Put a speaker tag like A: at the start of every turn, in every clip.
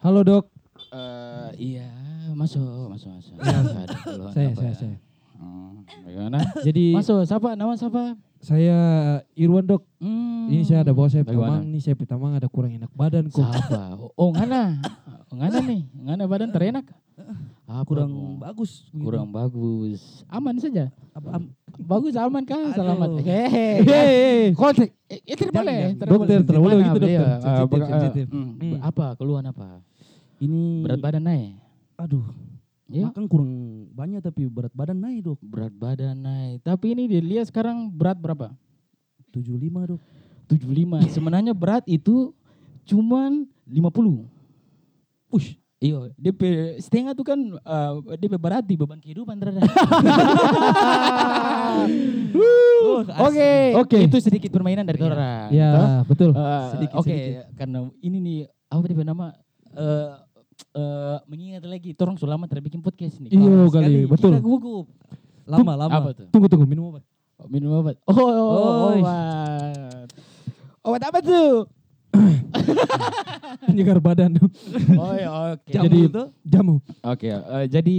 A: Halo dok,
B: Eh, iya, masuk, masuk, masuk. Iya, Saya,
C: Saya, saya, saya.
B: ya. Hmm, Bagaimana?
D: Eh,
C: Jadi
B: Masuk, siapa? Nama siapa?
C: saya eh, Irwan dok.
B: Hmm.
C: Ini saya ada bawa saya
B: Bagaimana?
C: pitamang, ini saya pitamang ada kurang enak badan kok.
B: Siapa? Oh, ngana. Ngana nih, ngana badan terenak. Apa,
D: kurang
B: Bung?
D: bagus. gitu.
B: kurang bagus. Aman saja.
D: Apa- am-
B: Bagus aman kan? Selamat.
D: Aduh.
B: Hehehe.
C: Hehehe. Ya,
B: Kontek. Eh, eh, tidak
D: Jangan,
B: boleh.
D: jangan.
B: tidak
C: Dokter,
B: boleh.
C: tidak boleh
B: Gimana
C: begitu,
B: beliau?
C: dokter.
B: Eh,
C: Sensitif,
B: bak- eh,
C: sensitif.
B: hmm,
C: Hmm.
B: Apa keluhan apa?
D: Ini
B: Berat badan naik.
D: aduh,
B: Ya.
D: makan kurang banyak tapi berat badan naik, Dok.
B: Berat badan naik. Tapi ini dilihat sekarang berat berapa?
D: 75, Dok.
B: 75. Sebenarnya berat itu cuman 50.
D: Push.
B: Iya, DP setengah tuh kan eh, DP berarti beban kehidupan terhadap.
D: Oh,
B: Oke, oke. Iya.
C: Oke.
B: Itu sedikit permainan dari orang. Toh?
C: Ya betul.
B: Nah, Eh,
D: sedikit,
B: Oke,
D: sedikit.
B: karena ini nih apa DP nama eh eh, mengingat lagi, torong sudah lama terbikin podcast nih.
C: Iya
D: sekali,
C: kali,
D: kita
C: betul.
D: gugup. Lama, lama.
B: Apa tuh?
C: Tunggu tunggu minum obat.
B: Oh, Minum obat. Oh, oh, oh,
D: Oh, iya.
B: obat. Obat apa tuh?
C: Penyegar badan dok.
B: Oh, iya, oke.
D: Jamu
C: Jadi-
D: tuh
C: Jamu.
B: Oke, eh, jadi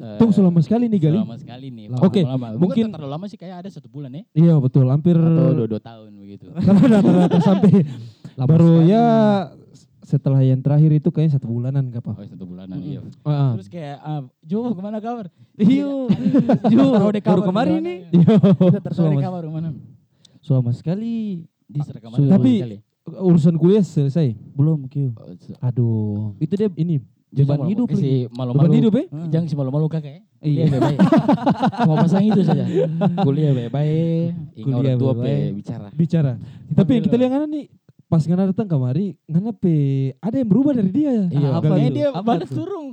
B: eh,
C: Tunggu selama sekali nih kali.
B: Lama sekali nih.
C: Lama. Oke,
B: lama.
C: mungkin-
B: Bukan terlalu lama sih kayak ada satu bulan ya.
C: Iya betul. Hampir
B: Atau dua, dua tahun begitu.
C: rata-rata sampai
D: Lama
C: baru
D: sekali.
C: ya setelah yang terakhir itu kayaknya satu bulanan gak apa.
B: Oh satu bulanan
C: Ah,
B: iya.
C: Iya. ah.
B: Terus kayak ah, Jo kemana kabar?
D: Iyo,
B: Jo
D: baru kemarin nih.
C: Iya.
B: Kita tertawa di
D: Selamat-
B: kabar kemana?
D: Selama sekali
B: Di Serakaman.
C: sudah. Tapi- Urusan kuliah selesai.
D: belum Q.
C: Aduh.
D: Itu dia
C: Ini
D: beban hidup. lagi.
B: sih
C: beban
B: malu-malu. Hmm.
C: hidup ya?
D: Ah.
B: Jangan sih malu-malu kakak ya. Kuliah
D: Iya.
B: baik-baik. Cuma pasang itu saja. Kuliah baik-baik. Ingat
C: Kuliah
B: orang tua pe
C: baik-baik.
B: bicara.
C: bicara. Tapi yang kita
B: Alhamdulillah.
C: lihat kan nih pas Ngana datang kemari, Ngana pe ada yang berubah dari dia ya.
B: Iya.
D: apa
B: Makanya
D: tuh?
B: dia
D: Apa
B: balas
C: gitu.
D: tuh?
B: turun.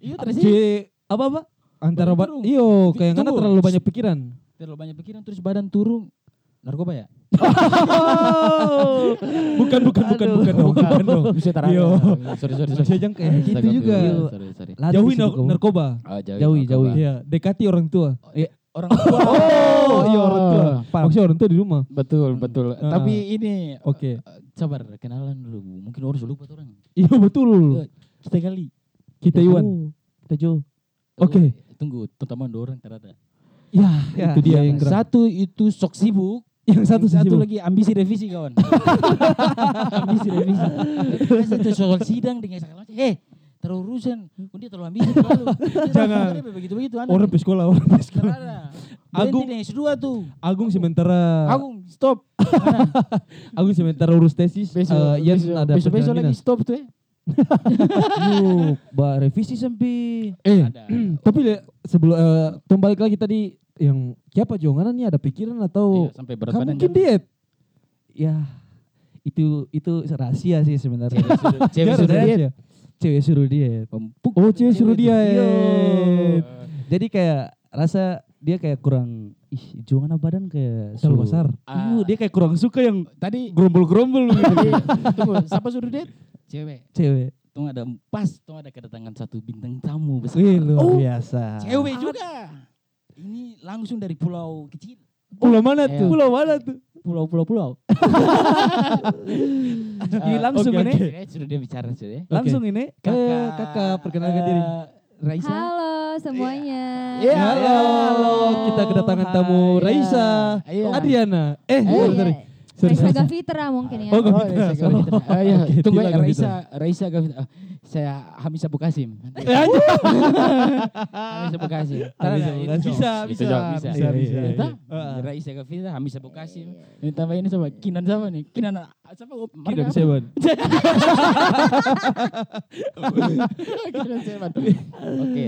B: Iya terus
C: C
D: Apa apa?
C: antara ba-
B: Baru turun.
C: iyo kayak Ngana
B: Tunggu.
C: terlalu banyak pikiran.
B: terlalu banyak pikiran terus badan turun. Narkoba ya?
C: Bukan bukan bukan
D: Aduh.
C: bukan dong, bukan dong.
B: Bisa terang.
C: Iya.
B: Sorry sorry
C: Manusia
B: sorry.
C: jangan kayak gitu
B: Astagfirullah,
C: juga.
B: Sorry sorry.
D: Lari
C: Jauhi
D: sih
C: nar-
D: kamu.
C: narkoba.
B: Oh, jauhi,
C: Jauhi,
B: narkoba.
C: jauhi. Iya, dekati orang tua. Iya.
B: Orang tua.
C: Oh, iya orang tua.
D: Paham.
C: Maksudnya orang tua di rumah.
B: Betul, betul.
C: Ah.
B: Tapi ini
C: Oke.
B: eh, sabar, kenalan dulu. Bu. Mungkin orang sudah lupa tuh orang.
C: Iya betul.
B: Kita kali.
C: Kita Iwan.
D: Kita Jo.
C: Oke.
B: Eh, Tunggu, terutama dua orang ternyata.
C: Ya,
D: Ya,
C: itu dia yang
B: Yang
C: gerak.
B: satu itu sok sibuk,
C: Yang satu
B: yang satu
C: satu lagi.
B: lagi ambisi revisi kawan. ambisi revisi. Biasa itu soal sidang dengan segala macam. Eh, terurusan. Oh, dia terlalu ambisi terlalu.
C: Jangan.
B: Begitu begitu.
C: Orang pe sekolah, orang pe sekolah.
B: terada.
C: Agung-
B: Agung Ah. yang S2 tuh.
C: Agung sementara
B: Agung stop.
C: Agung sementara urus tesis.
B: Besok,
C: eh, Ian
B: besok,
C: ada
B: besok, besok lagi
C: perjalanan.
B: stop tuh ya.
D: Yuk, bah revisi sampai
C: Eh,
B: Ada.
C: tapi le- sebelum eh, tum balik lagi tadi yang siapa jonganan nih ada pikiran atau
B: Iya, sampai berat
C: kamu
B: badan
C: mungkin
B: jangan-
C: diet?
D: ya itu itu rahasia sih sebenarnya.
B: Cewek suruh- cewek
C: Jarang
B: suruh
C: diet
B: diet.
C: ya?
D: Cewek suruh diet.
B: Empuk.
C: Oh, cewek suruh
D: Cewek suruh
C: diet.
D: Jadi kayak rasa dia kayak kurang ih jangan badan kayak
C: Terlalu
D: suruh-
C: besar.
D: Iya, dia kayak kurang suka yang
B: Tadi
D: gerombol-gerombol gitu.
B: tadi, tunggu, siapa suruh diet? Cewek.
D: Cewek.
B: Tuh ada pas, tuh ada kedatangan satu bintang tamu besar.
C: Wih, luar
D: Oh.
C: biasa.
B: Cewek juga. Ini langsung dari pulau kecil.
C: Pulau mana
B: Iya.
C: tuh?
D: Pulau mana tuh?
B: Pulau pulau pulau. Iya,
D: Ini langsung
C: Ah, oke,
D: ini.
C: oke.
B: Eh, Sudah dia bicara sudah. ya.
D: Langsung ini.
C: Eh, kakak, perkenalkan
B: eh,
C: diri.
B: Raisa.
E: Halo semuanya.
B: Iya,
C: Ya,
B: iya,
C: halo. Kita kedatangan tamu
B: Hai,
C: Raisa.
B: Iya.
C: Adriana. Eh,
B: Iya.
C: sorry, sorry. Sorry,
E: Raisa
C: sorry.
E: Gavitra mungkin ya.
C: Oh,
B: Oh, Raisa Gavita. Ah, iya.
C: Oke,
B: Tunggu
C: Tila
B: ya,
C: Gavita.
B: Raisa, Raisa Gavita. Ah, saya Hamisa Bukasim.
C: Eh, Ah,
B: Hamisa Bukasim.
C: Hamisa
B: Itu
C: Bukasim.
B: jok.
C: Bisa,
B: Itu
C: bisa, Ah,
B: jok,
C: bisa,
B: Iya,
C: bisa.
B: iya, iya.
C: Heeh.
B: Raisa Gavita, Hamisa Bukasim.
C: Iya,
B: Ini tambah ini sama Kinan siapa nih? Kinan ah, siapa? Oh,
C: Kidan
B: mereka apa?
C: Seven.
B: Kinan Seven. Oke.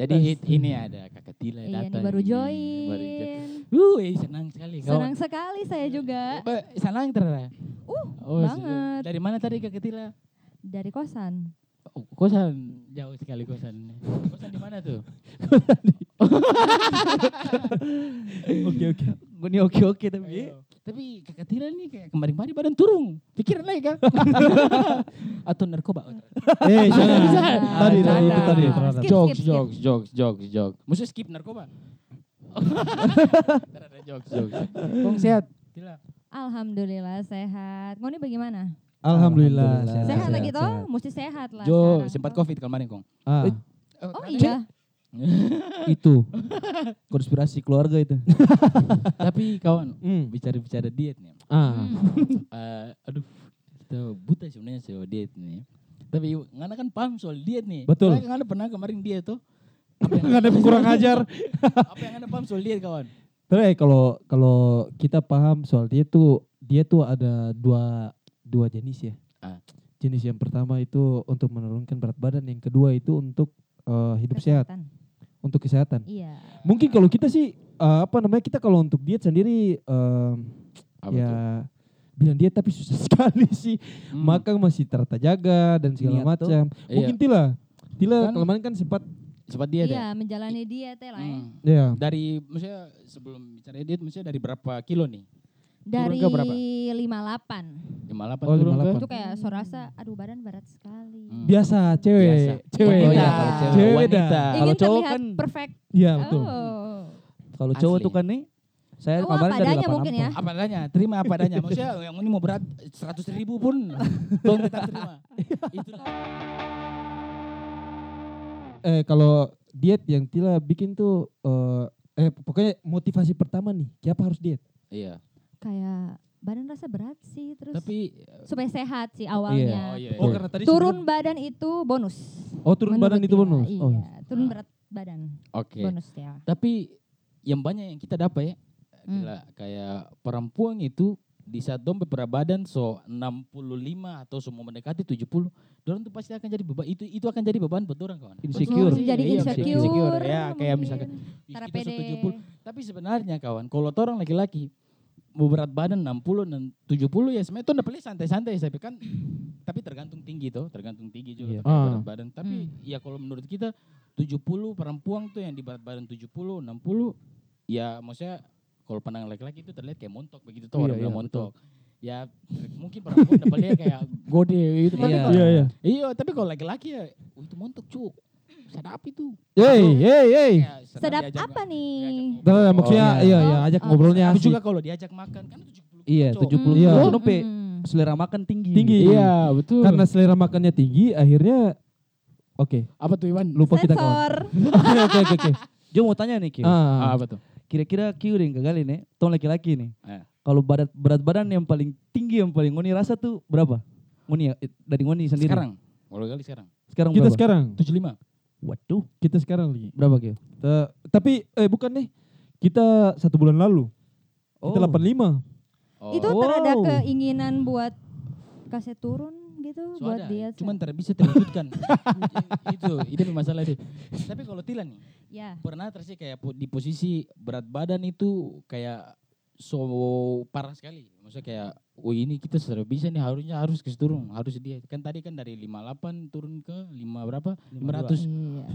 B: Jadi it- ini ada Kakak Tila
E: Iya, ini
B: datang. Baru
E: baru
B: join.
E: join.
B: Wuh, eh, senang sekali kawan.
E: Senang sekali saya juga
B: Ba- Senang ternyata.
E: Uh,
B: Oh,
E: banget.
B: sudah. Dari mana tadi Kakak Tila?
E: dari kosan.
B: Oh, kosan jauh sekali kosan. Kosan di mana tuh?
C: Oke, oke.
D: Gue nih oke-oke tapi.
B: Tapi kakak Tira nih kayak kemarin-kemarin badan turung. Pikiran lagi kan? Atau narkoba.
C: Eh, jangan.
E: Jangan.
C: Tadi, tadi, itu tadi.
E: Jangan.
C: Terlalu-
E: Skip,
B: Jokes,
E: skip, skip.
B: jokes, jokes, jokes, jokes. Maksudnya skip narkoba. Ntar ada jokes, jokes. Kong sehat? Tila.
E: Alhamdulillah sehat. Ngoni bagaimana?
C: Alhamdulillah.
D: Alhamdulillah.
E: Sehat
D: Sehat,
E: lagi toh,
D: sehat.
E: mesti sehat lah.
B: Jo
E: sekarang.
B: sempat covid kemarin kong.
C: Ah,
D: Eh,
B: Eh,
E: Oh
B: kenapa?
E: iya,
D: itu konspirasi keluarga itu.
B: Tapi kawan
C: mm,
B: bicara-bicara diet nih.
C: ah,
E: Hmm.
B: eh, aduh, kita buta sebenarnya soal diet nih. Tapi ngana kan paham soal diet nih.
C: Betul.
B: Soalnya Ngana pernah kemarin diet tuh. Apa yang
C: Nggak ada kurang ajar.
B: apa yang ngana paham soal diet kawan?
C: Tapi eh, kalau kalau kita paham soal dia tuh dia tuh ada dua dua jenis ya.
B: Ah.
C: Jenis yang pertama itu untuk menurunkan berat badan, yang kedua itu untuk eh, hidup sehat,
E: Kesehatan.
C: untuk kesehatan.
E: Iya.
C: Mungkin kalau kita sih eh, apa namanya kita kalau untuk diet sendiri em,
B: Apa
C: ya
B: tuh?
C: bilang diet tapi susah sekali sih.
B: Hmm.
C: Makan masih terjaga dan segala
D: Niat tuh.
C: macam.
B: Iya.
C: Mungkin Tila, Tila
B: Kan-
C: kemarin kan sempat
B: sempat diet ya.
E: Iya, menjalani diet ya lah ya.
B: Hmm.
C: ya
B: Dari maksudnya sebelum bicara diet maksudnya dari berapa kilo nih?
E: Dari
B: ke berapa?
E: 58.
B: 58
C: Oh,
B: turun ke?
E: Itu
C: 58.
E: kayak sorasa aduh badan berat sekali.
B: Hmm.
C: biasa cewek,
B: Biasa.
C: cewek.
B: Oh, iya,
E: Wanita.
B: kalau cewek.
C: Cewek
B: wanita.
C: dah.
E: Ingin
D: Kalau cowok
E: terlihat
D: kan
E: perfect.
C: Iya, betul.
E: Oh.
D: Kalau cowok
B: Asli.
D: tuh kan nih, saya
E: Oh,
D: kemarin
E: apa
D: dari
E: adanya mungkin ya.
B: Apa adanya, terima apa adanya. Maksudnya yang ini mau berat 100 ribu pun, tolong tetap terima. Itu
C: eh kalau diet yang Tila bikin tuh eh, eh pokoknya motivasi pertama nih, siapa harus diet?
B: Iya.
E: Kayak badan rasa berat sih terus
B: Tapi
E: supaya sehat sih awalnya.
B: oh iya.
C: Oh, karena tadi
E: Turun badan itu bonus.
C: Oh, turun
E: menurut
C: badan itu
E: dia.
C: bonus.
E: Iya,
C: Oh.
E: turun berat badan
B: Oke.
E: bonus ya.
B: Tapi yang banyak yang kita dapat ya,
E: Hmm.
B: gila, kayak perempuan itu di saat dompet berat badan so 65 atau semua mendekati 70, dorong tuh pasti akan jadi beban. Itu itu akan jadi beban buat dorong kawan.
D: Insecure.
E: Langsung jadi
B: Iya, iya,
E: insecure.
B: insecure. Ya, kayak
E: mungkin.
B: misalkan Ih,
E: Tara
B: kita so
E: pede.
B: 70. Tapi sebenarnya kawan, kalau orang laki-laki mau berat badan 60 dan 70 ya sebenarnya itu udah pilih santai-santai tapi kan tapi tergantung tinggi tuh, tergantung tinggi juga
D: Iya.
B: tapi
C: Ah.
B: berat badan. Tapi ya kalau menurut kita 70 perempuan tuh yang di berat badan 70, 60 ya maksudnya kalau pandangan laki-laki itu terlihat kayak montok begitu tuh orang
C: Iya,
B: bilang
C: iya,
B: montok. Ya ter- mungkin perempuan udah pilih kayak gode gitu. Tapi
D: Iya.
B: kalau-
C: Iya, iya.
B: Iya, tapi kalau laki-laki ya "Wih, itu montok cu. Sadap itu.
C: Hey, hey, hey.
B: Ya,
E: Sedap
B: diajak-
E: apa nih?
B: diajak
C: Tuh,
B: ngobrol.
C: maksudnya
D: Oh,
C: iya,
D: iya.
C: iya, ajak
E: Oh,
C: ngobrolnya
B: Tapi
C: asik.
B: juga kalau diajak makan kan 70
D: Iya,
B: kilo, Cok.
D: 70
C: Iya.
D: kilo.
E: Mm,
D: Nope,
E: mm.
D: selera makan tinggi.
C: Tinggi.
B: Iya, betul.
C: Karena selera makannya tinggi, akhirnya oke,
B: apa tuh Iwan?
C: lupa kita kawan.
E: Sensor.
C: Oke, oke, oke, oke.
D: Jo mau tanya nih, Ki.
B: Ah,
C: Ah,
B: apa tuh?
D: Kira-kira Ki udah yang gagal nih, tong laki-laki nih.
B: Eh.
D: Kalau berat, berat badan yang paling tinggi yang paling ngoni rasa tuh berapa? Ngoni ya, eh, dari ngoni sendiri.
B: Sekarang. Kalau kali sekarang.
D: Sekarang
C: kita
D: berapa?
C: sekarang,
B: 75.
D: Waduh,
C: kita sekarang lagi.
D: berapa Ki?
C: Kita- tapi eh bukan nih. Kita satu bulan lalu, kita 85.
B: Oh.
E: Itu
D: Wow.
E: terada keinginan buat kasih turun gitu
B: So ada,
E: buat diet.
B: Cuman tak bisa terwujudkan. I- itu, itu masalah itu. Tapi kalau Tila nih,
E: ya.
B: pernah terus kayak po- di posisi berat badan itu kayak so parah sekali. Maksudnya kayak, oh ini kita sudah bisa nih harusnya harus ke turun, harus dia. Kan tadi kan dari 58 turun ke 5 berapa? 500.
E: Iya. Iya.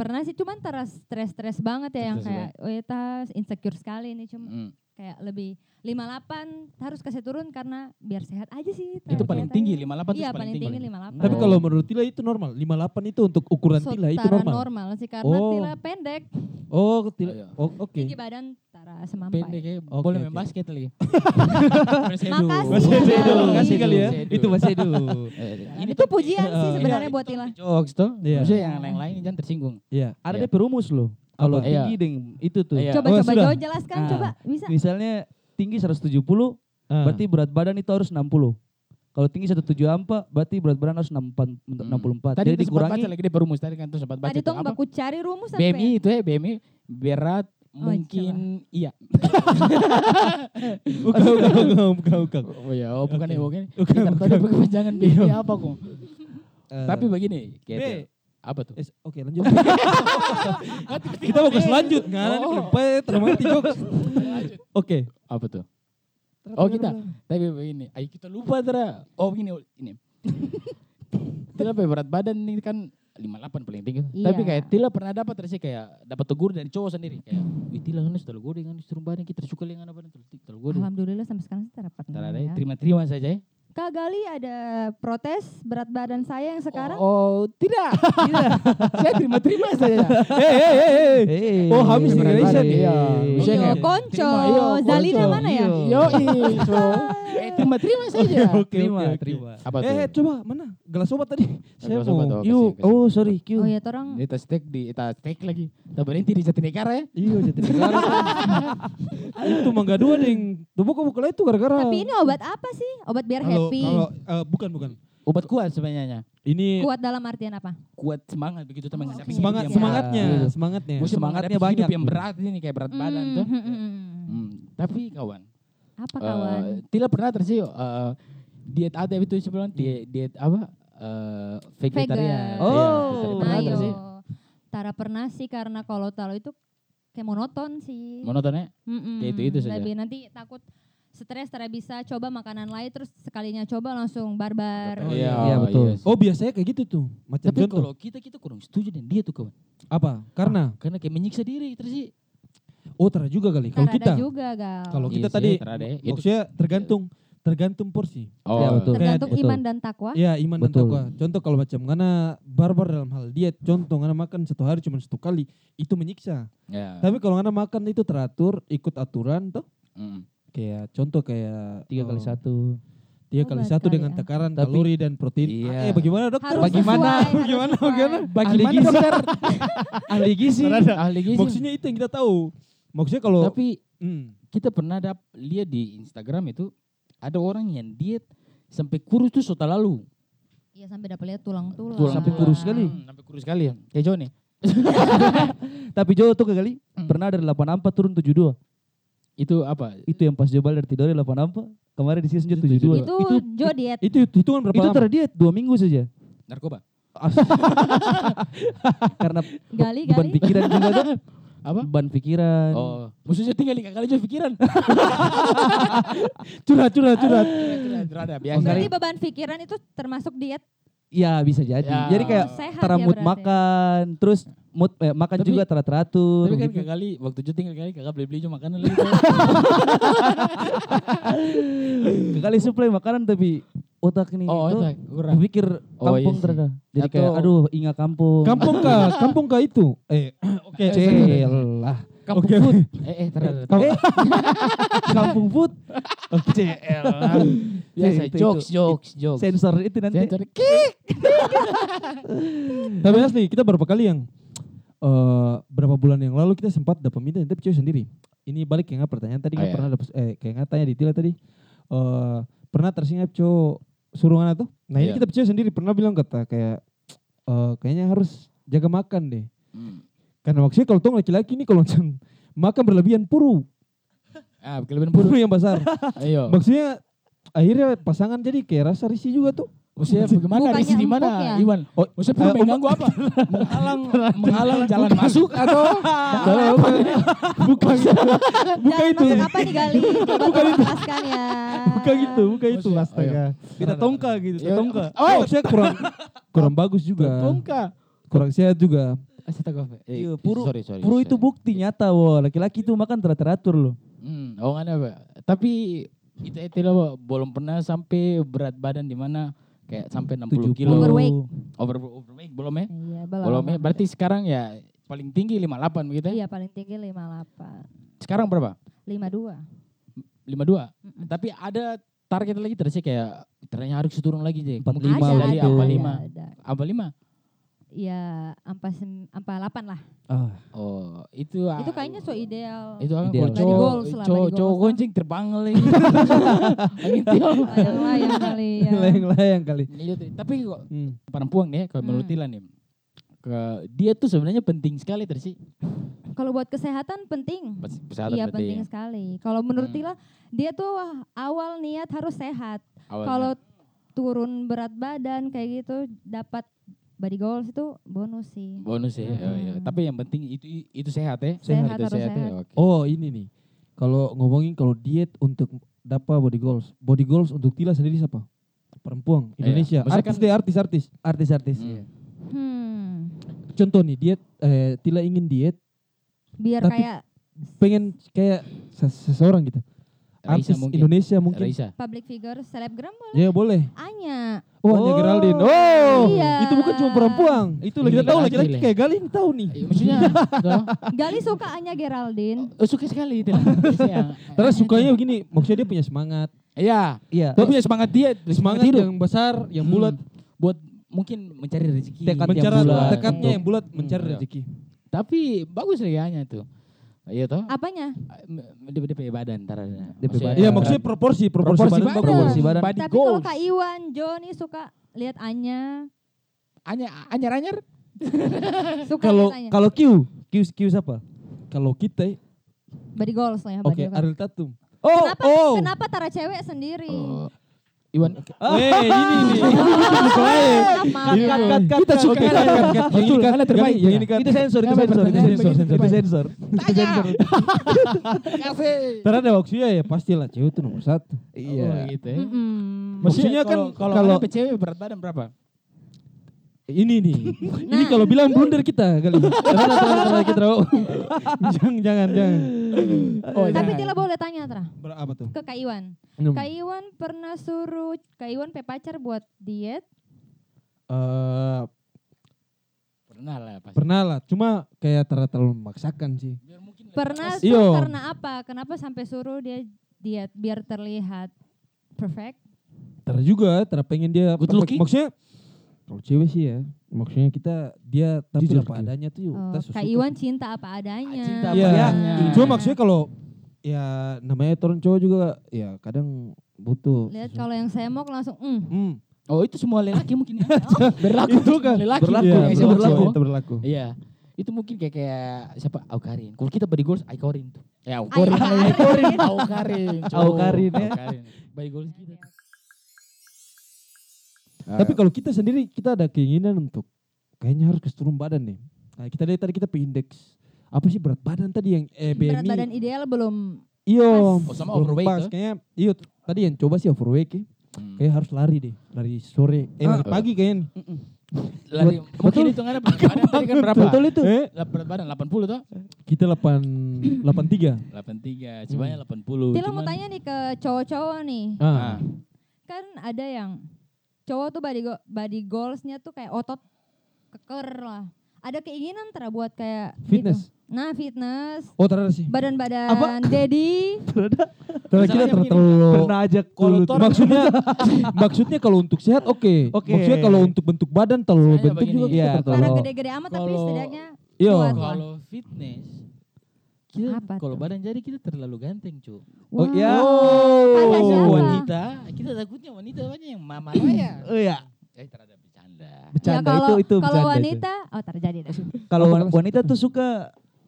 E: Pernah sih cuman tara stres-stres banget ya yang
B: Stres
E: kayak oh ya tas insecure sekali nih cuma
B: Mm.
E: kayak lebih 58 harus kasih turun karena biar sehat aja sih.
B: Itu paling tinggi 58 itu
E: Iya,
B: paling tinggi. paling
E: tinggi 58.
C: Tapi
B: Oh.
C: kalau menurut Tila itu normal. 58 itu untuk ukuran
E: So,
C: Tila itu
E: tara
C: normal.
E: sih karena
C: Oh.
E: Tila pendek,
C: Oh, Tila.
B: Iya.
C: Oh, oke.
E: tinggi badan Tara semampai.
B: pendek ya.
C: Oke,
B: boleh
C: oke.
B: main basket lagi.
E: Makasih.
C: Masih
E: Iya,
C: dulu,
E: iya.
C: kasih kali ya.
B: Masih dulu.
C: Itu masih dulu.
E: Nah, itu pujian sih
B: Iya,
E: sebenarnya buat Tila.
B: Jokes tuh.
C: Iya.
B: Oh, Maksudnya yang lain-lain jangan tersinggung.
C: Iya.
B: Iya.
D: Ada deh perumus loh. Kalau
B: Apa? Iya.
D: tinggi dengan itu tuh.
B: Iya.
E: Coba
C: Oh,
E: coba
C: sudah.
E: jauh jelaskan
D: Ah.
E: coba bisa.
D: Misalnya tinggi 170,
B: Ah.
D: berarti berat badan itu harus 60. Kalau tinggi 174, berarti berat badan harus 64.
B: Hmm.
D: 64.
B: Tadi
D: Jadi
B: itu sempat
D: dikurangi
B: baca lagi di perumus tadi kan tuh sempat baca.
E: Tadi
B: tuh,
E: tuh
B: apa?
E: aku cari rumus sampai.
B: BMI itu ya BMI berat
E: Oh,
B: mungkin iya.
C: Buka, buka, buka, buka, buka.
B: Oh iya, oh bukan
C: Oke.
B: ya bukan.
C: Bukan,
B: Kita tahu dia kepanjangan BMI apa kok.
C: Eh,
B: Tapi begini,
C: B.
B: kayak apa tuh?
C: S- Oke, lanjut. Kita mau ke selanjut kan? Ini
B: Oh.
C: kenapa ya, termati jokes. Oke.
B: Apa tuh? Oh, kita. Tapi begini, ayo kita lupa tera. Oh begini, ini. Tila pakai berat badan ini kan 58 paling tinggi.
E: Iya.
B: Tapi kayak Tila pernah dapat terus kayak dapat tegur dari cowok sendiri kayak, "Wih Tila kan sudah gue dengan turun badan kita suka dengan apa terus Tila gue."
E: Alhamdulillah sampai sekarang sih Tara pernah
B: Tara
E: ya.
B: terima-terima saja ya.
E: Kak Gali ada protes berat badan saya yang sekarang.
B: Oh, tidak. tidak. saya terima-terima saja.
E: Oh.
C: Hei, hei, hei, hei.
D: Hey,
C: Oh, Hamis
B: berat
C: Indonesia
B: badan,
C: nih.
B: iya.
E: Yo,
B: Iya, kan?
E: konco.
B: Terima, yo,
E: Zalina
B: konco.
E: mana ya?
D: Yo.
B: Yo, so. Eh, terima-terima saja.
D: terima, terima.
B: Apa
C: Eh,
B: tuh?
C: eh, coba mana? Gelas obat tadi. Saya
B: Gelas obat,
C: mau.
B: oh. kasih,
D: Yuk,
B: kasih.
D: oh sorry, Q.
E: Oh ya, torang.
B: Ini tas tek di tas tek lagi. Tak berhenti di Jatinegara ya.
C: Iya, jadi negara. Itu mangga dua ding. Tubuh kamu kelai itu gara-gara.
E: Tapi ini obat apa sih? Obat biar
A: Kalau
E: happy.
A: kalau eh, bukan bukan.
B: Obat kuat sebenarnya.
C: ini
E: Kuat dalam artian apa?
B: Kuat semangat begitu teman
E: Oh,
B: saya
E: oke.
B: pikir
C: semangat
B: yang
C: semangatnya,
B: berat.
C: semangatnya.
B: Gua
D: Semangatnya
B: semangatnya
D: banyak.
B: banyak. Hidup yang berat ini kayak berat badan
E: Hmm,
B: tuh.
E: hmm, hmm, hmm.
B: Hmm, Tapi kawan,
E: Apa
B: eh,
E: kawan?
B: tidak pernah tersiu eh, diet ada itu sebelum diet, diet apa? eh vegetarian.
E: Vegan.
B: Iya,
D: Oh,
B: tidak pernah
E: Ayo.
B: tersiu.
E: Tara pernah sih karena kalau talo itu kayak monoton sih.
B: Monotonnya?
E: Mm-mm.
B: Kayak itu-itu saja.
E: Lebih nanti takut stres tara bisa coba makanan lain terus sekalinya coba langsung barbar.
C: Oh,
B: Iya,
D: iya, betul.
B: iya sih.
C: Oh biasanya kayak gitu tuh. Macam
B: Tapi
C: contoh.
B: kalau kita kita kurang setuju dengan dia tuh kawan.
C: apa? Karena
B: Karena kayak menyiksa diri terus sih.
C: oh tara juga kali. Kalau
E: Tara ada
C: kita
E: juga gal.
C: kalau
B: Iya
C: kita
B: sih,
C: tadi
B: terada ya. Itu-
C: maksudnya tergantung tergantung porsi.
B: Oh,
D: Iya, betul.
E: tergantung
D: Betul.
E: iman dan takwa.
C: Ya iman dan
D: Betul.
C: takwa. Contoh kalau macam karena barbar dalam hal diet. Contoh karena makan satu hari cuma satu kali itu menyiksa.
B: Ya.
C: Tapi kalau karena makan itu teratur, ikut aturan tuh.
B: Mm.
C: Kayak contoh kayak
D: Tiga kali
C: eh,
D: satu.
C: tiga
E: Oh,
C: kali
E: berat
C: satu
E: kali
C: dengan
E: ya.
C: takaran
D: Tapi-
C: kalori dan protein.
B: Iya.
C: Ah, Eh bagaimana dokter?
E: Harus
C: bagaimana?
E: sesuai, harus
C: bagaimana?
E: sesuai.
C: Bagaimana?
B: Bagaimana
C: gizi.
B: dokter? Ahli gizi.
C: Terada.
B: Ahli gizi.
C: Maksudnya itu yang kita tahu. Maksudnya kalau
B: Tapi
C: Hmm.
B: kita pernah dap lihat di Instagram itu ada orang yang diet sampai kurus tuh sota lalu.
E: Iya sampai dapat lihat tulang-tulang.
D: Tulang. Sampai kurus sekali.
B: Hmm, sampai kurus sekali ya. Kayak Joni.
D: Tapi Jo tuh kali
B: Hmm.
D: pernah dari 84 turun 72.
B: Itu apa?
D: Itu yang pas Jo balik dari tidur dari 84. Kemarin di season Jo 72.
E: Itu, Jo diet.
C: Itu hitungan berapa
D: itu
C: lama?
D: terdiet dua minggu saja.
B: Narkoba.
D: Karena
E: Gali
D: beban
E: gali.
D: pikiran juga tuh.
B: Apa?
D: Beban pikiran.
B: Oh, maksudnya tinggal tiga kali aja pikiran.
C: curhat, curhat, curhat.
B: Terada biasa.
E: Berarti beban pikiran itu termasuk diet.
D: Ya bisa jadi.
B: Ya.
D: Jadi kayak
E: Sehat
D: tara
E: ya
D: mood
E: berarti.
D: makan, terus mood eh, makan
B: Tapi-
D: juga tara teratur.
B: Tapi kan
D: gitu.
B: tiga kali waktu itu tinggal kali kakak beli beli cuma makanan lagi.
D: Gitu. Kali suplai makanan tapi otak nih
B: oh,
D: itu
B: otak kurang.
D: berpikir
B: Oh, iya
D: kampung
B: sih.
D: terada. Jadi
B: Atau-
D: kayak aduh ingat kampung.
C: Kampung ka, kampung ka itu. Eh, oke.
D: Celah.
B: Kampung
C: Oke.
B: food. Eh eh terada.
D: Eh, kampung food
B: Biasa
D: Ya, itu, itu.
B: Iya, jokes jokes jokes.
D: sensor itu nanti.
B: Sensor.
C: Tapi asli kita berapa kali yang eh berapa bulan yang lalu kita sempat dapat minta tapi cewek sendiri. Ini balik yang pertanyaan tadi kan
B: Ah, iya.
C: pernah dapat eh kayak nggak tanya di Tila tadi. Eh pernah tersingap cowok suruhan atau? Nah ini
B: Iya.
C: kita cewek sendiri pernah bilang kata kayak eh kayaknya harus jaga makan deh.
B: Hmm.
C: Karena maksudnya kalau tong laki-laki ini kalau macam makan berlebihan puru,
B: Ah, kelebihan
C: puru
B: buruk.
C: yang besar.
B: Ayo.
C: Maksudnya akhirnya pasangan jadi kayak rasa risih juga tuh.
B: Maksudnya bagaimana
E: Bukannya
B: di sini mana,
E: empuk ya?
B: Iwan?
C: Oh,
B: Maksudnya perlu
C: eh,
B: mengganggu apa? menghalang menghalang jalan masuk atau
C: Kalau bukan
E: Bukan itu. Masak apa nih Gali? Coba tolong jelaskan ya.
C: bukan gitu, bukan itu
B: Maksudnya,
C: astaga.
D: Iya. Kita tongka gitu,
B: Iya.
D: tongka.
C: Oh, maksudnya kurang kurang bagus juga.
B: tongka?
C: Kurang sehat juga.
B: Astaga.
D: Iya, puru-
B: sorry, sorry,
D: Bro
B: sorry.
D: itu bukti nyata wah laki-laki itu makan tera teratur loh.
B: Hmm, oh nggak ada apa. Tapi itu itu loh belum pernah sampai berat badan di mana kayak sampai 60 kilo.
E: Overweight.
B: Over, overweight belum ya?
E: Iya, belum.
B: Belum ya. Berarti sekarang ya paling tinggi 58 begitu ya.
E: Iya paling tinggi 58.
B: Sekarang berapa? 52.
E: 52. Mm-mm.
B: Tapi ada target lagi terus sih kayak ternyata harus turun lagi deh.
D: 45
B: Mungkin bisa
E: ada,
B: jadi
E: ada,
B: apa 5?
E: ada, Iya, ada.
B: Apa 5?
E: Ya, ampa sem, ampa 8 lah.
D: Ah,
B: Oh, itu ah,
E: Itu kayaknya so ideal.
B: itu kan kalau
D: ideal.
E: Body
B: cowok
E: goals lah,
B: cowok cowok
E: body goals lah.
B: gonceng terbang lagi. Angin tiup.
E: Layang-layang Oh, kali ya.
C: Layang-layang kali.
B: Iya, tuh. tapi kok
C: Hmm.
B: perempuan nih kalau menurut
E: Hmm.
B: Tila nih ke dia tuh sebenarnya penting sekali tersi
E: Kalau buat kesehatan penting.
B: kesehatan
E: Iya
B: berarti ya,
E: penting sekali. Kalau menurut
B: Hmm.
E: Tila, dia tuh wah, awal niat harus sehat.
B: awalnya.
E: Kalau turun berat badan kayak gitu dapat body goals itu bonus sih.
B: bonus ya, oh, iya.
E: Mm-mm.
B: tapi yang penting itu itu sehat ya
E: Sehat,
B: itu
E: harus sehat.
B: oke.
C: Oh, ini nih. Kalau ngomongin kalau diet untuk dapat body goals, body goals untuk Tila sendiri siapa? Perempuan
B: Iya.
C: Indonesia.
B: Maksudnya
C: Artis
B: kan-
C: deh, artis, artis.
D: artis-artis.
B: Hmm.
D: iya.
E: Hmm.
C: Contoh nih diet eh, Tila ingin diet
E: Biar
C: Tapi-
E: kayak
C: pengen kayak ses- seseorang gitu.
B: Raisa
C: artis
B: mungkin.
C: Indonesia mungkin.
B: Raisa.
E: Public figure, selebgram boleh.
C: Ya boleh.
E: Anya.
C: Oh, Anya Geraldine. Oh,
E: Iya.
C: itu bukan cuma perempuan. Itu
B: Ini
C: lagi kita tahu
B: laki-laki
C: laki-laki
B: lah.
C: kayak Galin tahu nih.
B: Eh, Maksudnya toh,
E: Gali suka Anya Geraldine.
B: eh, suka sekali itu. Iya.
C: Terus sukanya begini, maksudnya dia punya semangat.
B: Iya.
D: Iya.
B: Dia punya semangat dia,
C: Semangat
B: hidup.
C: yang besar, yang
B: Hmm.
C: bulat,
B: buat mungkin mencari rezeki.
D: Tekad yang
C: mencari
D: bulat.
C: tekadnya yang bulat Hmm. mencari
B: iya.
C: rezeki.
B: Tapi bagus rianya tuh. Iya toh?
E: Apanya?
B: Dia DP badan ntar. ada.
D: DP
B: Maksudnya-
D: Iya.
C: Iya, maksudnya proporsi, proporsi,
B: Proporsi
C: badan
B: badan.
C: bagus.
E: Proporsi
D: badan.
B: Body
E: Tapi kalau
B: goals.
E: Kak Iwan, Joni suka lihat Anya.
B: Anyar, anyar, anyar.
E: Suka
D: Kalau
E: lihat Anya.
D: kalau Q, Q Q siapa?
C: Kalau kita,
E: Body goals lah ya.
C: oke,
E: body goals.
C: Ariel Tatum.
D: Oh,
E: Kenapa,
D: oh.
E: kenapa tara cewek sendiri?
B: Oh. Iwan,
C: Eh, ini nih.
E: Ah, maaf ya.
D: Cut, cut, cut,
B: kita
D: cut.
B: suka
D: Oke,
B: kan, kan, kan.
C: Betul,
B: Yang ini
C: karena
B: kan,
C: terbaik.
B: yang ini
C: Iya.
B: kan.
D: Itu sensor, itu
B: Kenapa
D: sensor, itu
B: pertanyaan
D: sensor,
B: begitu?
D: itu sensor.
B: Tanya. Kasih.
C: Karena ada waktunya ya pastilah cewek itu nomor satu.
B: Iya. gitu ya.
E: Mm-mm.
C: Maksudnya kan
B: kalau
C: kalau-
B: ada cewek berat badan berapa?
C: Ini nih. Ini kalau bilang blunder kita kali. Terus lagi terus. Jangan jangan jangan.
B: Oh,
E: Tapi
B: jangan.
E: tidak boleh tanya Tra
C: Berapa tuh?
E: ke Kak Iwan.
C: Enam.
E: Kak Iwan pernah suruh Kak Iwan pe pacar buat diet.
C: Eh,
B: Pernah lah pasti.
C: pernah lah, cuma kayak ter- terlalu memaksakan sih.
B: Biar mungkin lebih
E: Pernah
C: Mas- Iyo.
E: suruh karena apa? Kenapa sampai suruh dia diet biar terlihat perfect?
C: Ter juga, ter pengen dia
B: Good
C: perfect.
B: looking.
C: Maksudnya kalau cewek sih ya, maksudnya kita dia tapi
D: Jujur,
C: apa
D: jujur.
C: adanya tuh.
E: Oh,
C: kita susukan.
E: Kak Iwan cinta apa ya? adanya.
B: Cinta
C: apa Iya.
B: adanya.
C: Cuma maksudnya kalau ya namanya turun cowok juga ya kadang butuh.
E: Lihat
C: sesuatu.
E: kalau yang saya mau langsung, mm.
C: Hmm,
B: Oh itu semua lelaki mungkin ya. berlaku
C: Itu
B: itu
C: kan,
B: kan. Lelaki.
D: berlaku,
B: Iya,
C: iya,
B: itu
C: berlaku,
B: berlaku.
C: itu berlaku.
B: Iya. Itu mungkin kayak kayak siapa? Aukarin. Kalau kita body goals, Aukarin tuh. Ya Aukarin.
E: Aukarin.
B: Aukarin. Aukarin. cowok.
D: Aukarin ya.
B: Aukarin. Body goals kita. Ah.
C: Tapi kalau kita sendiri kita ada keinginan untuk kayaknya harus keturun badan nih. Nah, kita lihat tadi kita pe indeks. Apa sih berat badan tadi yang eh, BMI?
E: berat badan ideal belum.
C: Iyo,
B: Oh,
C: Iya,
B: sama
C: belum
B: overweight
C: pas.
B: tuh.
C: Kayaknya iyo t- tadi yang coba sih overweight ya.
B: Hmm.
C: Kayak harus lari deh, lari sore. Eh,
B: Ah.
C: lari pagi kayaknya.
B: Lari. Mungkin hitungannya berat badan tadi kan berapa?
C: Betul itu. Eh,
B: Lah, Berat badan 80 toh?
C: kita 8 83.
B: 83, semuanya 80.
E: Tila mau
B: Cuman-
E: tanya nih ke cowok-cowok nih.
C: Ah.
B: Hmm. Ah.
E: Kan ada yang cowok tuh body, go- body goalsnya tuh kayak otot keker lah. Ada keinginan Tra buat kayak gitu.
C: Fitness.
E: Nah fitness,
C: Oh, ternyata sih.
E: badan-badan daddy.
C: Ternyata kita
B: Masalahnya begini,
C: terlalu
D: Pernah ajak
C: Kalau
D: dulu.
C: tor- maksudnya maksudnya kalau untuk sehat oke.
D: Oke.
C: Maksudnya kalau untuk bentuk badan terlalu
B: Saya
C: bentuk
B: begini.
C: juga
D: Iya,
C: kita
E: Karena
C: terlalu.
E: gede-gede amat tapi
B: kalau-
E: setidaknya
C: Iya.
E: kuat lah.
B: Kalau fitness kita
E: Apa
B: kalau
E: tuh?
B: badan jadi kita terlalu ganteng, Cuk.
D: Oh,
E: Wah.
C: iya.
D: ya.
E: Ada
C: Oh.
E: siapa?
B: wanita, kita takutnya wanita banyak yang mama ya.
D: Oh iya.
B: Eh, terhadap bercanda.
E: Ya,
D: Bercanda
E: kalau,
D: itu itu
E: kalau
D: bercanda itu.
E: wanita, oh terjadi dah.
D: Kalau
C: Apa
D: wan-
C: maksud-
D: wanita tuh suka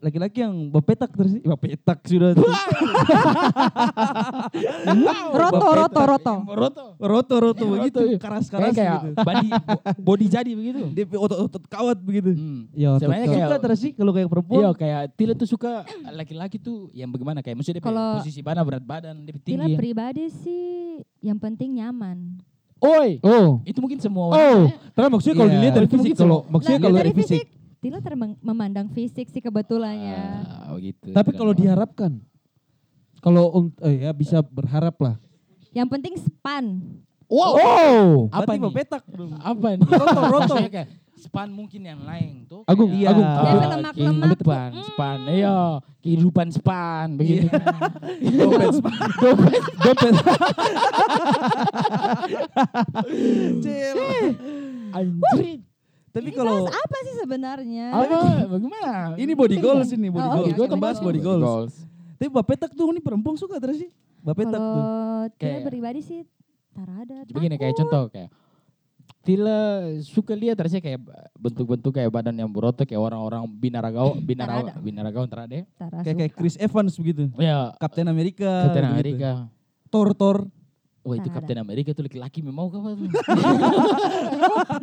D: laki-laki yang bapetak terus. iya, Bapetak sudah. tuh.
E: roto, roto, roto.
B: Roto.
D: Roto roto
B: Roto, iya.
D: begitu, keras-keras
B: Kayak kayak
D: gitu.
B: body body jadi begitu.
D: Dia punya otot-otot kawat begitu.
B: Hmm.
C: Iya, otot
B: Sebenarnya
C: kawat.
B: kayak
D: Suka terus sih kalau kayak
B: Iya
D: perempuan.
B: kayak Tila tuh suka laki-laki tuh yang bagaimana kayak maksudnya dia
E: Kalau-
B: posisi badan berat badan dia
E: Tila
B: tinggi.
E: pribadi sih yang penting nyaman.
B: Oi,
C: Oh.
B: itu mungkin
C: Oh,
B: semua wanita.
C: ternyata maksudnya kalau
B: Iya.
C: dilihat dari
B: Itu mungkin Nah,
C: fisik kalau maksudnya
E: Lah,
C: kalau
E: dari fisik, Tila ter memandang fisik sih kebetulannya.
B: Ah, gitu.
C: Tapi kalau diharapkan, kalau un- eh, ya bisa berharap lah.
E: Yang penting span.
B: wow,
C: Oh,
B: apa
D: Berarti
B: nih?
D: bapetak dong.
B: Apa nih?
D: Roto, roto.
B: Maksudnya kayak span mungkin yang lain tuh.
C: Agung,
B: kayak-
D: Iya.
C: Agung,
D: Dia
C: Agung.
E: bilang lemak- lemak tuh,
B: Span, span.
D: Hmm.
B: Iya, kehidupan span begitu.
D: Dompet Iya. span.
C: dompet, dompet.
D: Cil.
B: Anjir.
D: Tapi
E: Eh, Ini
D: kalau
E: bahas apa sih sebenarnya?
B: Apa bagaimana?
D: ini body goals ini body
E: Oh, oke,
D: goals.
E: oke,
D: Kita bahas body
E: body
D: goals. Tapi bapetak tuh ini perempuan suka terus sih. Bapetak tuh.
E: Kalau Tila
B: Kayak-
E: pribadi sih tarada.
B: Begini kayak contoh kayak Tila suka lihat terusnya kayak bentuk-bentuk kayak badan yang berotot kayak orang-orang
D: Eh,
B: binaragawa, binaraga,
E: Terada.
B: binaragawan terade.
D: Kayak kayak Chris Evans begitu.
B: Ya,
D: Kapten Amerika.
B: Captain
D: begitu.
B: Amerika.
D: Thor Thor.
B: Wah itu
E: Terada.
B: Captain Amerika tuh laki-laki memang apa tuh?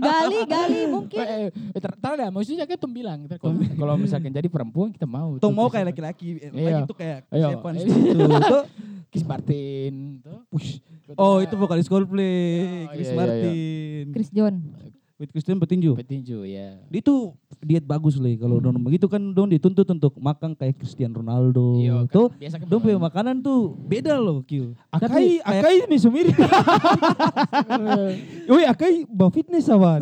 E: gali gali mungkin.
B: Eh, eh, ter- Terada, maksudnya kan Tom bilang kita kalau- kalau misalkan jadi perempuan kita mau.
D: Tong
B: tuh,
D: mau
B: Chris
D: kayak
B: Evans.
D: laki-laki. eh,
B: Iya.
D: Lagi tuh kayak Chris
B: Iya.
D: Evans
B: Iya.
D: gitu. Tuh,
B: Chris Martin. tuh.
D: push. Oh itu vokalis Coldplay.
B: Oh,
D: Chris
B: iya, iya, iya.
D: Martin.
E: Chris John.
D: Weight Christian petinju.
B: Petinju ya.
D: Dia itu diet bagus leh kalau
B: Hmm.
D: don begitu kan don dituntut untuk makan kayak Cristiano Ronaldo.
B: Iya, kan
D: tuh
B: biasa kan
D: don punya makanan tuh beda loh Q.
C: Akai, akai ini sumiri. Woi, akai ba fitness awan.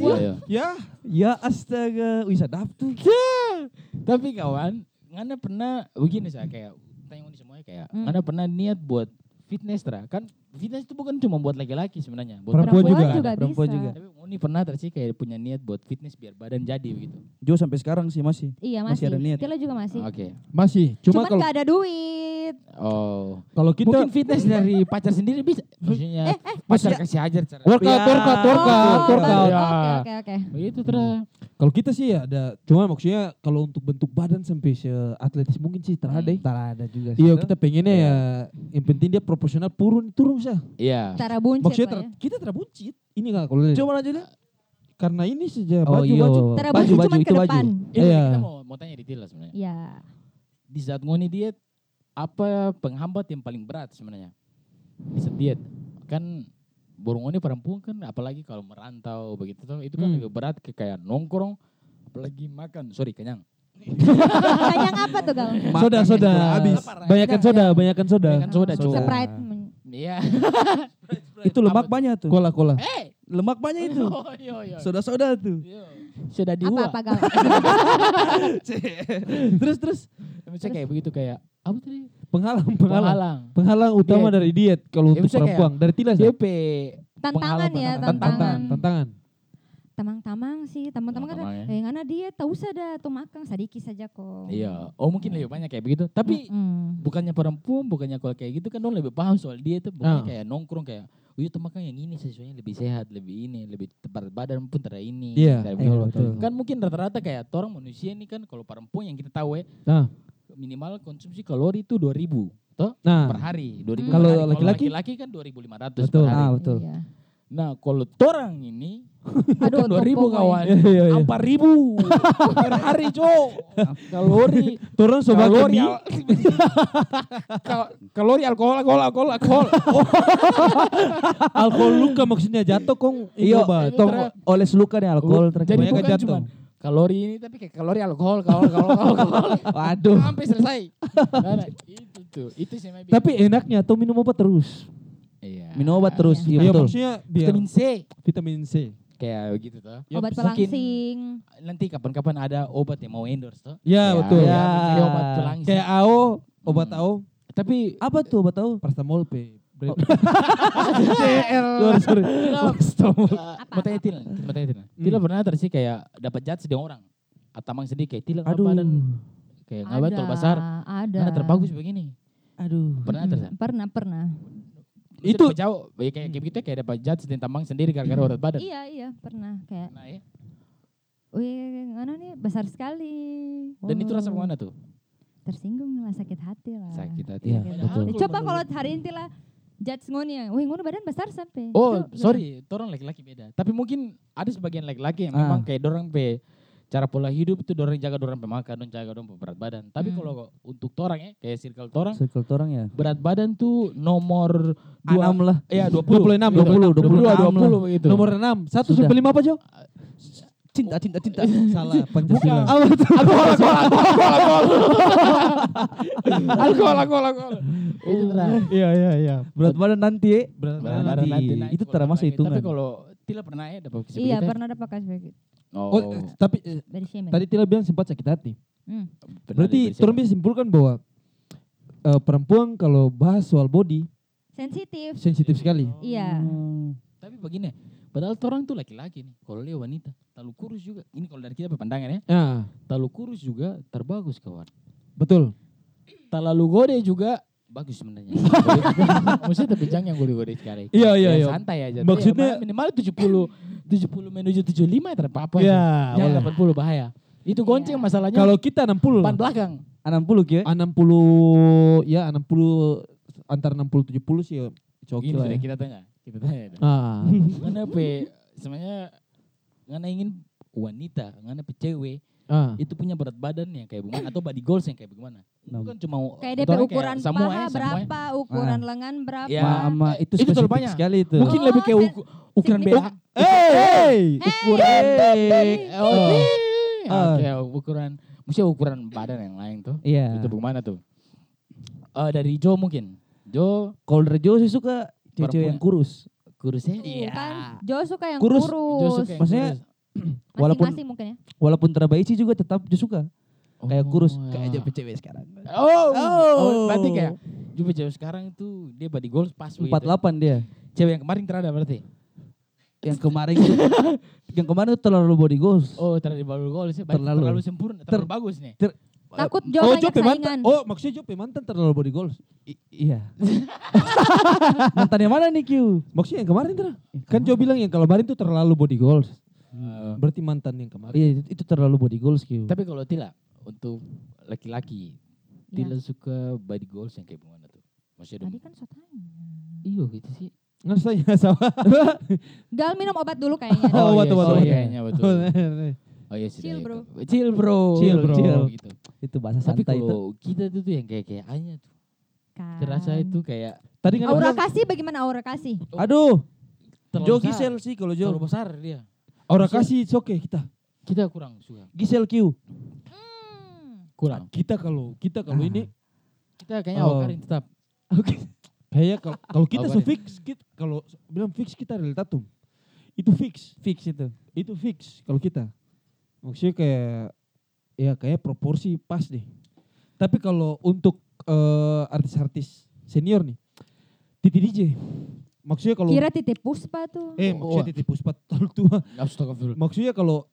B: Iya, iya.
D: Ya, ya astaga, wih sadap tuh.
C: Ya.
B: Tapi kawan, ngana pernah begini saya kayak tanya di semuanya kayak
E: Hmm.
B: ngana pernah niat buat fitness tra kan fitness itu bukan cuma buat laki-laki sebenarnya buat
C: Perempuan juga.
D: Perempuan
E: bisa.
D: juga.
B: tapi Moni pernah tra sih kayak punya niat buat fitness biar badan jadi begitu
D: Jo sampai sekarang sih masih.
E: Iya
D: Masih
E: masih.
D: ada niat.
E: Kita juga masih.
B: Ah, oke
C: Masih,
E: Cuma
C: cuma
E: Cuman
C: kalau
E: gak ada duit.
B: oh
C: kalau
B: mungkin
C: kita
B: fitness dari pacar sendiri bisa maksudnya pacar kasih ajar cara
C: workout,
D: Ya.
C: workout, workout,
E: Oh,
C: workout.
E: baru- Oke oke oke.
B: begitu tra
C: Kalau kita sih ya ada, cuma maksudnya kalau untuk bentuk badan sampai se atletis mungkin sih terada.
B: Hmm.
D: Entar ada juga sih.
C: Iya,
D: tuh.
C: kita pengennya ya yang penting dia proporsional turun turun sah.
B: iya
E: Cara buncit.
C: Maksudnya
E: lah
C: ter-
E: ya.
C: kita terbuncit. Ini nggak kalau lihat.
D: Coba lanjut deh.
C: karena ini saja
D: Oh,
C: baju
D: iya.
C: baju.
E: Cara
D: Baju,
E: buncit
D: baju,
E: cuman ke
D: itu baju.
E: depan.
B: Ini
C: Iya.
B: kita mau mau tanya detail lah sebenarnya
E: Iya.
B: di saat ngoni diet apa penghambat yang paling berat sebenarnya di saat diet kan burung ngoni perempuan kan apalagi kalau merantau begitu tuh itu kan
C: Hmm.
B: lebih berat ke kayak nongkrong apalagi makan sorry kenyang
E: Kenyang apa tuh Gal?
C: Soda soda
B: habis.
C: Banyakan soda,
D: Iya.
C: banyakan soda.
D: kan?
B: Banyakan soda,
C: Soda.
B: cowok.
E: Sprite.
B: iya
D: Itu lemak banyak tuh.
C: Cola cola.
B: eh
D: Lemak banyak itu.
B: yo yo yo
D: Soda-soda tuh.
B: Yo. iya, sudah
E: Apa
B: diua
E: apa Gal?
D: terus terus
B: maksudnya kayak begitu kayak apa tadi
C: Penghalang penghalang.
B: penghalang
C: Penghalang utama
B: Diet.
C: dari diet kalau
B: Ya,
C: untuk
B: maksudnya kayak-
C: perempuan dari tilas. ya?
B: DP
E: Tantangan ya,
B: Pengalaman,
E: tantangan.
C: tantangan.
E: Tamang-tamang sih, tamang-tamang kan,
B: Tamang-tamang ya.
E: eh ngana dia tahu sada tuh makan sadiki saja kok.
B: iya oh mungkin lebih banyak kayak begitu
E: Hmm.
B: tapi
E: Mm-mm.
B: bukannya perempuan, bukannya kalau kayak gitu kan dong lebih paham soal dia itu
C: Ah.
B: bukan kayak nongkrong kayak Wih itu makan yang ini sesuanya lebih sehat, lebih ini, lebih tepat badan pun tidak ini.
C: Iya,
B: tidak
C: iya,
B: begitu."
C: betul.
B: Kan mungkin rata-rata kayak orang manusia ini kan kalau perempuan yang kita tahu ya
C: Ah.
B: minimal konsumsi kalori itu 2000
C: Nah,
B: per hari. 2000 per
C: Kalau
B: hari.
C: laki-laki?
B: laki-laki kan 2500
C: Betul.
B: per hari.
D: Ah, betul.
E: Iya.
B: Nah, kalau orang ini
E: Aduh,
B: bukan 2000
E: pokoknya.
B: kawan.
C: Iya, iya, iya.
B: 4000 per hari, Cok. Kalori
C: turun sobat
B: kalori
C: kami.
B: al- Kal- kalori alkohol alkohol alkohol alkohol
C: Alkohol luka maksudnya jatuh kong.
D: Iya,
C: Coba,
B: ini
D: tong
B: tra-
D: oles luka nih alkohol
B: jadi
D: terakhir.
C: Banyak
B: bukan
C: jatuh.
B: cuma kalori ini tapi kayak kalori alkohol alkohol alkohol, alkohol,
D: Waduh.
B: sampai selesai Nah, itu tuh itu sih yang bikin-
C: Tapi enaknya tuh minum obat terus.
B: iya.
D: eh, Minum obat terus, iya
C: Iya
D: betul.
C: maksudnya biar
B: vitamin C
C: vitamin C. Iya,
B: kayak begitu tuh
C: Ya,
E: Obat
B: mungkin-
E: pelangsing.
B: nanti kapan-kapan ada obat yang mau endorse tuh
C: Ya,
B: Kayak-
C: betul.
B: ya,
D: Ya.
B: jadi obat pelangsing
C: Kayak AO, obat
B: Hmm.
C: AO,
B: tapi
D: Apa tuh obat tahu?
C: paracetamol P.
D: Oh,
B: Sorry, sorry. Eh,
E: Apa?
B: mau tanya Tila, mau tanya Tila. Tila pernah ter sih kayak dapat judge di orang. Atamang sedih kayak Tila
D: Aduh.
B: ngapain kayak ngapain tol besar.
E: Ada.
B: Mana terbagus begini.
D: Aduh.
B: Pernah
E: Mm-mm,
B: ter sih?
E: Pernah, pernah.
C: Itu-
B: Maksudnya jauh ya kayak kayak gitu kayak dapat judge dan tambang sendiri gara-gara urat badan.
E: Iya, iya, pernah kayak,
B: Nah, ya.
E: wih, ngana nih besar sekali.
B: Dan itu
E: Oh.
B: rasa mana tuh?
E: Nah. Tersinggung lah, sakit hati lah.
B: Sakit hati.
D: Iya,
E: Sakit
D: betul.
E: hati. Gitu. Nah, Coba kalau hari inti lah, judge ngonya, wih ngono badan besar sampai.
B: Oh,
E: Itu-
B: sorry, orang laki-laki beda. Tapi mungkin ada sebagian laki-laki yang
D: Ah.
B: memang kayak dorang pe cara pola hidup itu dorang jaga dorang pe makan, dorang jaga dorang pe berat badan. Tapi
E: Hmm.
B: kalau untuk torang ya, kayak circle torang
D: Circle torang ya.
B: berat badan tuh nomor dua
D: Anam lah.
B: Iya, 20.
C: 26,
B: 20,
D: 26 lah.
B: 20 begitu.
C: Nomor 6, 1
D: Sudah.
C: sampai 5 apa, Jo?
D: Cinta cinta cinta.
C: Salah, Pancasila.
B: Apa tuh? Alkohol, alkohol, alkohol, alkohol. Alkohol, alkohol, alkohol. Itu terang.
C: Iya, iya, iya.
D: Berat badan nanti. eh.
C: Berat
B: Berat
D: nanti.
B: badan nanti naik
D: Itu
B: kalau
D: termasuk
B: lagi.
D: hitungan.
B: Tapi kalau Tila pernah ya dapat kesempatan?
E: Iya, pernah ada pakai seperti itu.
C: Oh,
B: Oh,
C: eh, tapi eh,
E: Dari shaming.
C: tadi Tila bilang sempat sakit hati.
E: Hmm.
B: pernah
C: Berarti
B: diberi
C: turun bisa simpulkan bahwa eh, perempuan kalau bahas soal body
E: Sensitif.
C: sensitif sekali.
E: Iya.
D: Hmm.
B: Tapi begini, padahal orang tuh laki-laki nih. Kalau dia wanita, terlalu kurus juga. Ini kalau dari kita pandangan ya,
C: Ya,
B: terlalu kurus juga terbagus kawan.
C: betul.
B: Terlalu gode juga bagus sebenarnya. Maksudnya tapi jangan yang gode-gode sekali.
C: Iya, iya,
B: Ya,
C: iya.
B: Santai aja.
C: Maksudnya-
B: Ya, minimal 70 70 menuju 75 ya terpapar.
C: Iya.
B: Jangan 80 bahaya. Itu
E: Iya.
B: gonceng masalahnya.
C: Kalau kita 60 lah.
B: depan belakang.
D: Anam puluh ya.
C: Ah, 60 ya 60 antara 60 70 sih ya, it's okay
B: Gini
C: lah.
B: sudah
C: Ya.
B: kita tanya. Kita tanya. dah.
C: Ah.
B: Ngana pe ya? sebenarnya ngana ingin wanita, ngana pe cewek
C: ah.
B: itu punya berat badan yang kayak bagaimana atau body goals yang kayak bagaimana.
D: Nah.
B: Bukan cuma
E: Kayak
B: itu
E: DP
B: orang
E: ukuran
B: kayak
E: paha
B: ya, semuanya.
E: berapa, ukuran lengan berapa.
B: Ya.
D: Mama itu
B: Itu terlalu
D: spesifik
B: banyak.
D: sekali itu.
B: Mungkin
E: Oh,
B: lebih kayak uku- ukuran
E: signifikan.
B: BH.
C: Hey, ukuran.
B: Eh, oh.
C: Ah.
B: Oke, ukuran. Mesti ukuran badan yang lain tuh.
D: Iya.
B: Itu bagaimana tuh? Eh dari Jo mungkin. Jo
D: Kalau Rejo sih suka cewek
B: Perempuan.
D: yang kurus.
B: kurusnya
E: Tuh, kan Jo suka yang
D: Kurus,
E: kurus,
B: Jo suka yang
D: Maksudnya
B: kurus.
D: walaupun
E: masing-masing mungkin ya.
D: walaupun terbaik sih juga tetap dia suka. Kayak
B: Oh,
D: kurus, Gitu.
B: ya.
D: kayak aja cewek sekarang.
B: Oh, oh,
D: Oh.
B: berarti kayak Juve jauh sekarang itu dia body goals pas begitu.
D: 48 dia.
B: Cewek yang kemarin terada berarti.
D: Yang kemarin tuh- yang kemarin tuh terlalu body goals.
B: Oh, terada baru goals ya. berarti
D: Terlalu.
B: terlalu sempurna, terlalu bagus nih.
E: Takut Jo
C: oh,
E: banyak
C: Jope
E: saingan.
C: mantan. Oh, maksudnya Jope mantan terlalu body goals.
D: I- iya. Mantan yang mana nih Q?
C: Maksudnya yang kemarin
E: Iya,
C: terah. Kan Jo bilang yang kemarin tuh terlalu body goals.
B: Eh,
E: Ah.
C: Berarti mantan yang kemarin.
D: Iya, itu, itu terlalu body goals Q.
B: tapi kalau Tila untuk laki-laki,
E: Ya,
B: Tila suka body goals yang kayak gimana tuh? Masih ada
E: Tadi kan so tanya.
B: Iya gitu sih.
C: Nggak saya sama.
E: Gal minum obat dulu kayaknya.
C: Oh, betul,
B: iya sih,
C: betul, betul.
B: kayaknya betul. Oh iya sih.
E: Chill,
B: Dayak.
E: bro.
B: Chill bro.
D: Chill, bro.
B: Gitu.
D: itu bahasa
B: Tapi
D: santai itu.
B: kalau kita tuh, tuh yang kayak kayak Anya tuh.
E: Kan.
B: Terasa itu kayak
C: Tadi kan
E: Aura
C: bilang,
E: kasih bagaimana aura kasih?
D: Aduh,
B: terlalu
D: Jo
B: besar.
D: Gisel sih kalau
B: Terlalu
D: Jo.
B: besar dia.
C: Aura kasih it's okay kita.
B: Kita kurang suka.
D: Gisel Q.
E: Hmm.
B: Kurang.
C: Kita kalau kita kalau
D: Ah.
C: ini
B: Kita kayaknya
C: Oh.
B: Awkarin tetap.
C: kayak kalau- kalau kita so
B: Apa nih?
C: fix kita kalau bilang fix kita real tatum. Itu fix.
D: Fix itu.
C: itu fix kalau kita maksudnya kayak ya kayak proporsi pas deh tapi kalau untuk eh, artis-artis senior nih Titi DJ maksudnya kalau
E: Kira titip puspa tuh.
C: eh
B: Oh,
C: maksudnya
B: oh.
C: Titi Puspa terlalu tua
B: Astagfirullah.
C: maksudnya kalau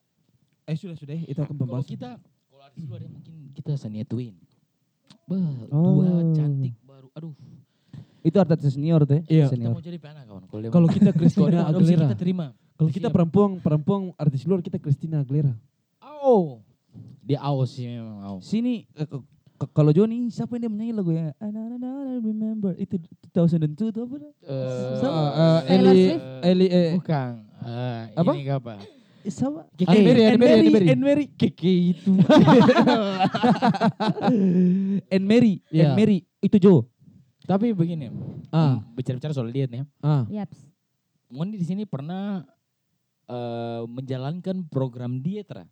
C: eh sudah sudah itu akan
B: Kalau
C: pembahasan
B: kita kalau artis luar ya mungkin kita Sania Twin. Bah,
D: Oh.
B: dua cantik baru. Aduh,
D: Itu artis senior tuh
C: Iya.
B: kita
D: ya. Senior.
B: mau jadi piana kawan. Kalau dia
C: kalau
B: mau-
C: kita
B: kalau dia
C: Christina
B: mau adopsi,
C: Aguilera
B: kita terima.
C: kalau kita
B: Siap.
C: perempuan perempuan artis luar kita Christina Aguilera
B: Au. Dia aus sih memang au.
D: Sini eh, ke- ke- kalau Jo nih siapa yang dia menyanyi lagu ya? I don't know, I don't remember. Itu 2002 itu apa? dah?
B: Eh,
C: Eh,
D: Sama.
C: eh,
E: Taylor
C: Eli
E: Swift.
C: Eli eh,
B: bukan. Eh,
C: Apa?
B: Ini apa?
D: Eh, Sama.
B: Keke.
D: Eh,
B: Anne Mary,
D: Anne
B: Anne Mary, Anne Mary.
D: Anne Mary. Keke itu. Anne Mary,
C: Iya.
D: Anne Mary. Itu Jo.
B: Tapi begini,
C: ah
B: bicara-bicara soal diet nih. ya.
C: ah
E: Yaps.
B: Moni di sini pernah eh, menjalankan program diet Ra.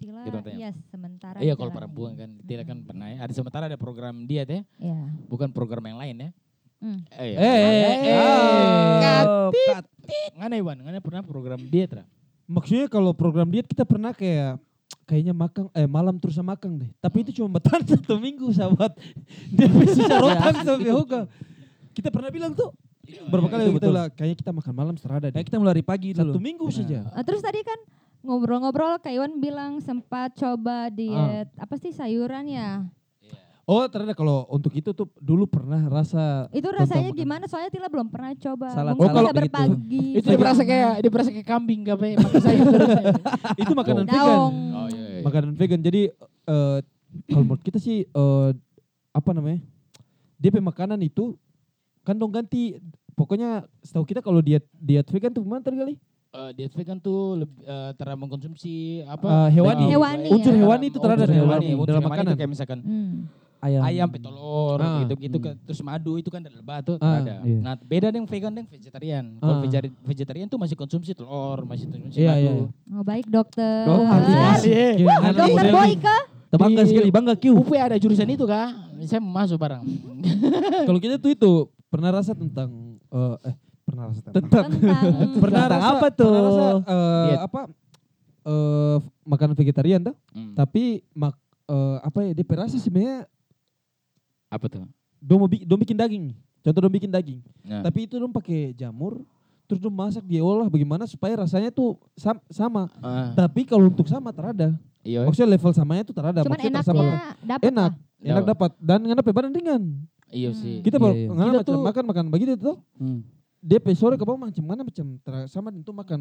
E: Tila,
B: Kita tanya.
E: yes, sementara.
B: Iya kalau
E: jalan.
B: perempuan kan, tidak kan pernah. ya. Ada sementara ada program diet ya,
E: Iya.
B: bukan program yang lain ya.
E: Hmm.
B: Eh, iya.
C: Eh, eh, eh.
D: Oh, cut.
B: Ngana Iwan, ngana pernah program diet Ra.
C: Maksudnya kalau program diet kita pernah kayak kayaknya makan eh malam terus sama makan deh. Tapi itu cuma bertahan satu minggu sahabat. Dia bisa rotan sampai hoka. Kita pernah bilang tuh berapa
D: iya,
C: kali
D: itu
C: kita
D: betul.
C: bilang kayaknya kita makan malam serada
D: Nah,
C: deh.
D: kita mulai dari pagi
C: Satu
D: dulu.
C: minggu
D: Nah.
C: saja.
E: Nah, terus tadi kan ngobrol-ngobrol Kak Iwan bilang sempat coba diet apa sih sayuran ya?
C: Oh ternyata kalau untuk itu tuh dulu pernah rasa
E: Itu
C: Contoh
E: rasanya
C: makan.
E: gimana? Soalnya Tila belum pernah coba.
D: Salad-
E: Mungkin
C: salad
E: bisa
D: begitu.
E: berpagi.
B: Itu dia berasa kayak dia berasa kayak kambing gak pakai pakai sayur.
C: itu makanan vegan.
E: daung.
B: oh iya. iya.
C: Makanan vegan. Jadi eh, kalau menurut kita sih eh, apa namanya? DP makanan itu kan dong ganti pokoknya setahu kita kalau diet diet vegan tuh gimana tadi kali?
B: Eh, diet vegan tuh lebih eh, cara
C: Eh,
B: mengkonsumsi apa? Oh,
C: hewani.
E: Hewani,
C: Unsur
E: ya.
C: hewani itu terhadap
B: Unsur
C: hewani,
B: unsur
C: dalam
B: hewani itu
C: makanan. Iya.
B: Kayak misalkan
E: Hmm.
D: Ayam.
B: ayam, petelur,
C: Ah.
B: gitu gitu
D: Hmm.
B: terus madu itu kan ada lebah tuh
C: Ah,
B: ada.
D: iya.
B: Nah, beda dengan vegan dengan vegetarian. Kalau
C: Ah.
B: vegetari- vegetarian tuh masih konsumsi telur, masih konsumsi
C: Iya,
B: madu.
C: iya, iya.
E: Oh baik dokter.
D: Dok, harus
E: iya. Dokter
D: masuk.
C: Gimana modelnya?
E: Boyka.
D: Bangga
C: Iya.
B: Di-
D: sekali, bangga Q.
B: UP ada jurusan itu kah? Saya mau masuk barang.
C: Kalau kita tuh itu pernah rasa tentang eh, eh pernah rasa tentang
E: Tentang
C: pernah
D: Tentang
C: rasa
D: apa tuh?
C: Pernah rasa eh,
B: Diet.
C: apa eh makanan vegetarian tuh,
B: Hmm.
C: tapi mak eh, apa ya dia perasa sebenarnya
B: Apa tuh?
C: dom mau bi- dom bikin daging. Contoh dom bikin daging.
B: Nah.
C: Tapi itu dom pakai jamur terus dom masak dia olah bagaimana supaya rasanya tuh sam- sama.
B: Ah,
C: Tapi kalau untuk sama terada.
B: iya.
C: Maksudnya level samanya tuh terada.
E: Cuman
C: Maksudnya
E: enaknya
C: tersamakan.
E: dapat.
C: enak, enak dapat
B: Dapat.
C: dan nggak apa badan ringan.
B: Iya
E: Hmm.
B: sih.
C: Kita
D: Ya, Iya,
C: baru
D: iya.
C: ngana
B: Kita
C: macam
B: tuh-
C: makan makan begitu tuh.
D: Hmm.
C: Dia pe sore ke bawah macam mana macam ter- sama itu makan.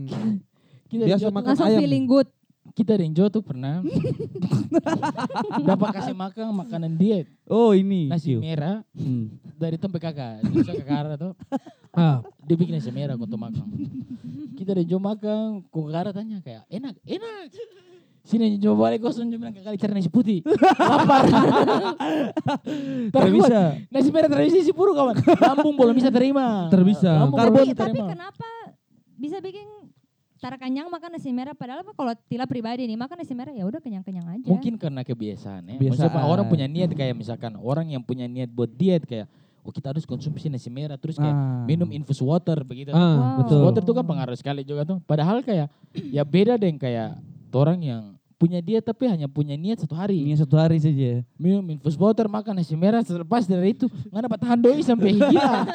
B: Kita
C: biasa
B: di Jawa tuh-
C: makan
E: Langsung
C: ayam.
E: feeling good.
B: Kita di Jawa tuh pernah dapat kasih makan makanan diet
D: Oh ini.
B: nasi
D: Q.
B: merah
D: Hmm.
B: dari tempe kakak. Bisa kakak Ara tuh.
C: Ah,
B: Dia bikin nasi merah kau tuh makan. Kita di Jawa makan, kok kakak Ara tanya kayak enak, enak. Sini aja coba balik kosong, dia bilang kakak cari nasi putih. Lapar.
D: Tidak
B: Terkuat.
D: bisa.
B: Nasi merah tradisi si puru kawan. Lambung belum bisa terima.
C: Terbisa.
B: Lambung belum
E: Tapi,
B: bisa
E: tapi
B: terima.
E: kenapa bisa bikin Tara kenyang makan nasi merah padahal apa kalau Tila pribadi nih makan nasi merah ya udah kenyang-kenyang aja.
B: Mungkin karena kebiasaan ya. Maksudnya Pak, orang punya niat kayak misalkan orang yang punya niat buat diet kayak oh kita harus konsumsi nasi merah terus kayak
C: Ah.
B: minum infus water begitu.
C: Ah,
E: Wow.
C: betul.
B: Water tuh kan pengaruh sekali juga tuh. Padahal kayak ya beda deh kayak orang yang punya diet tapi hanya punya niat satu hari.
D: Ini satu hari saja.
B: Minum infus water, makan nasi merah, selepas dari itu nggak dapat tahan doi sampai gila.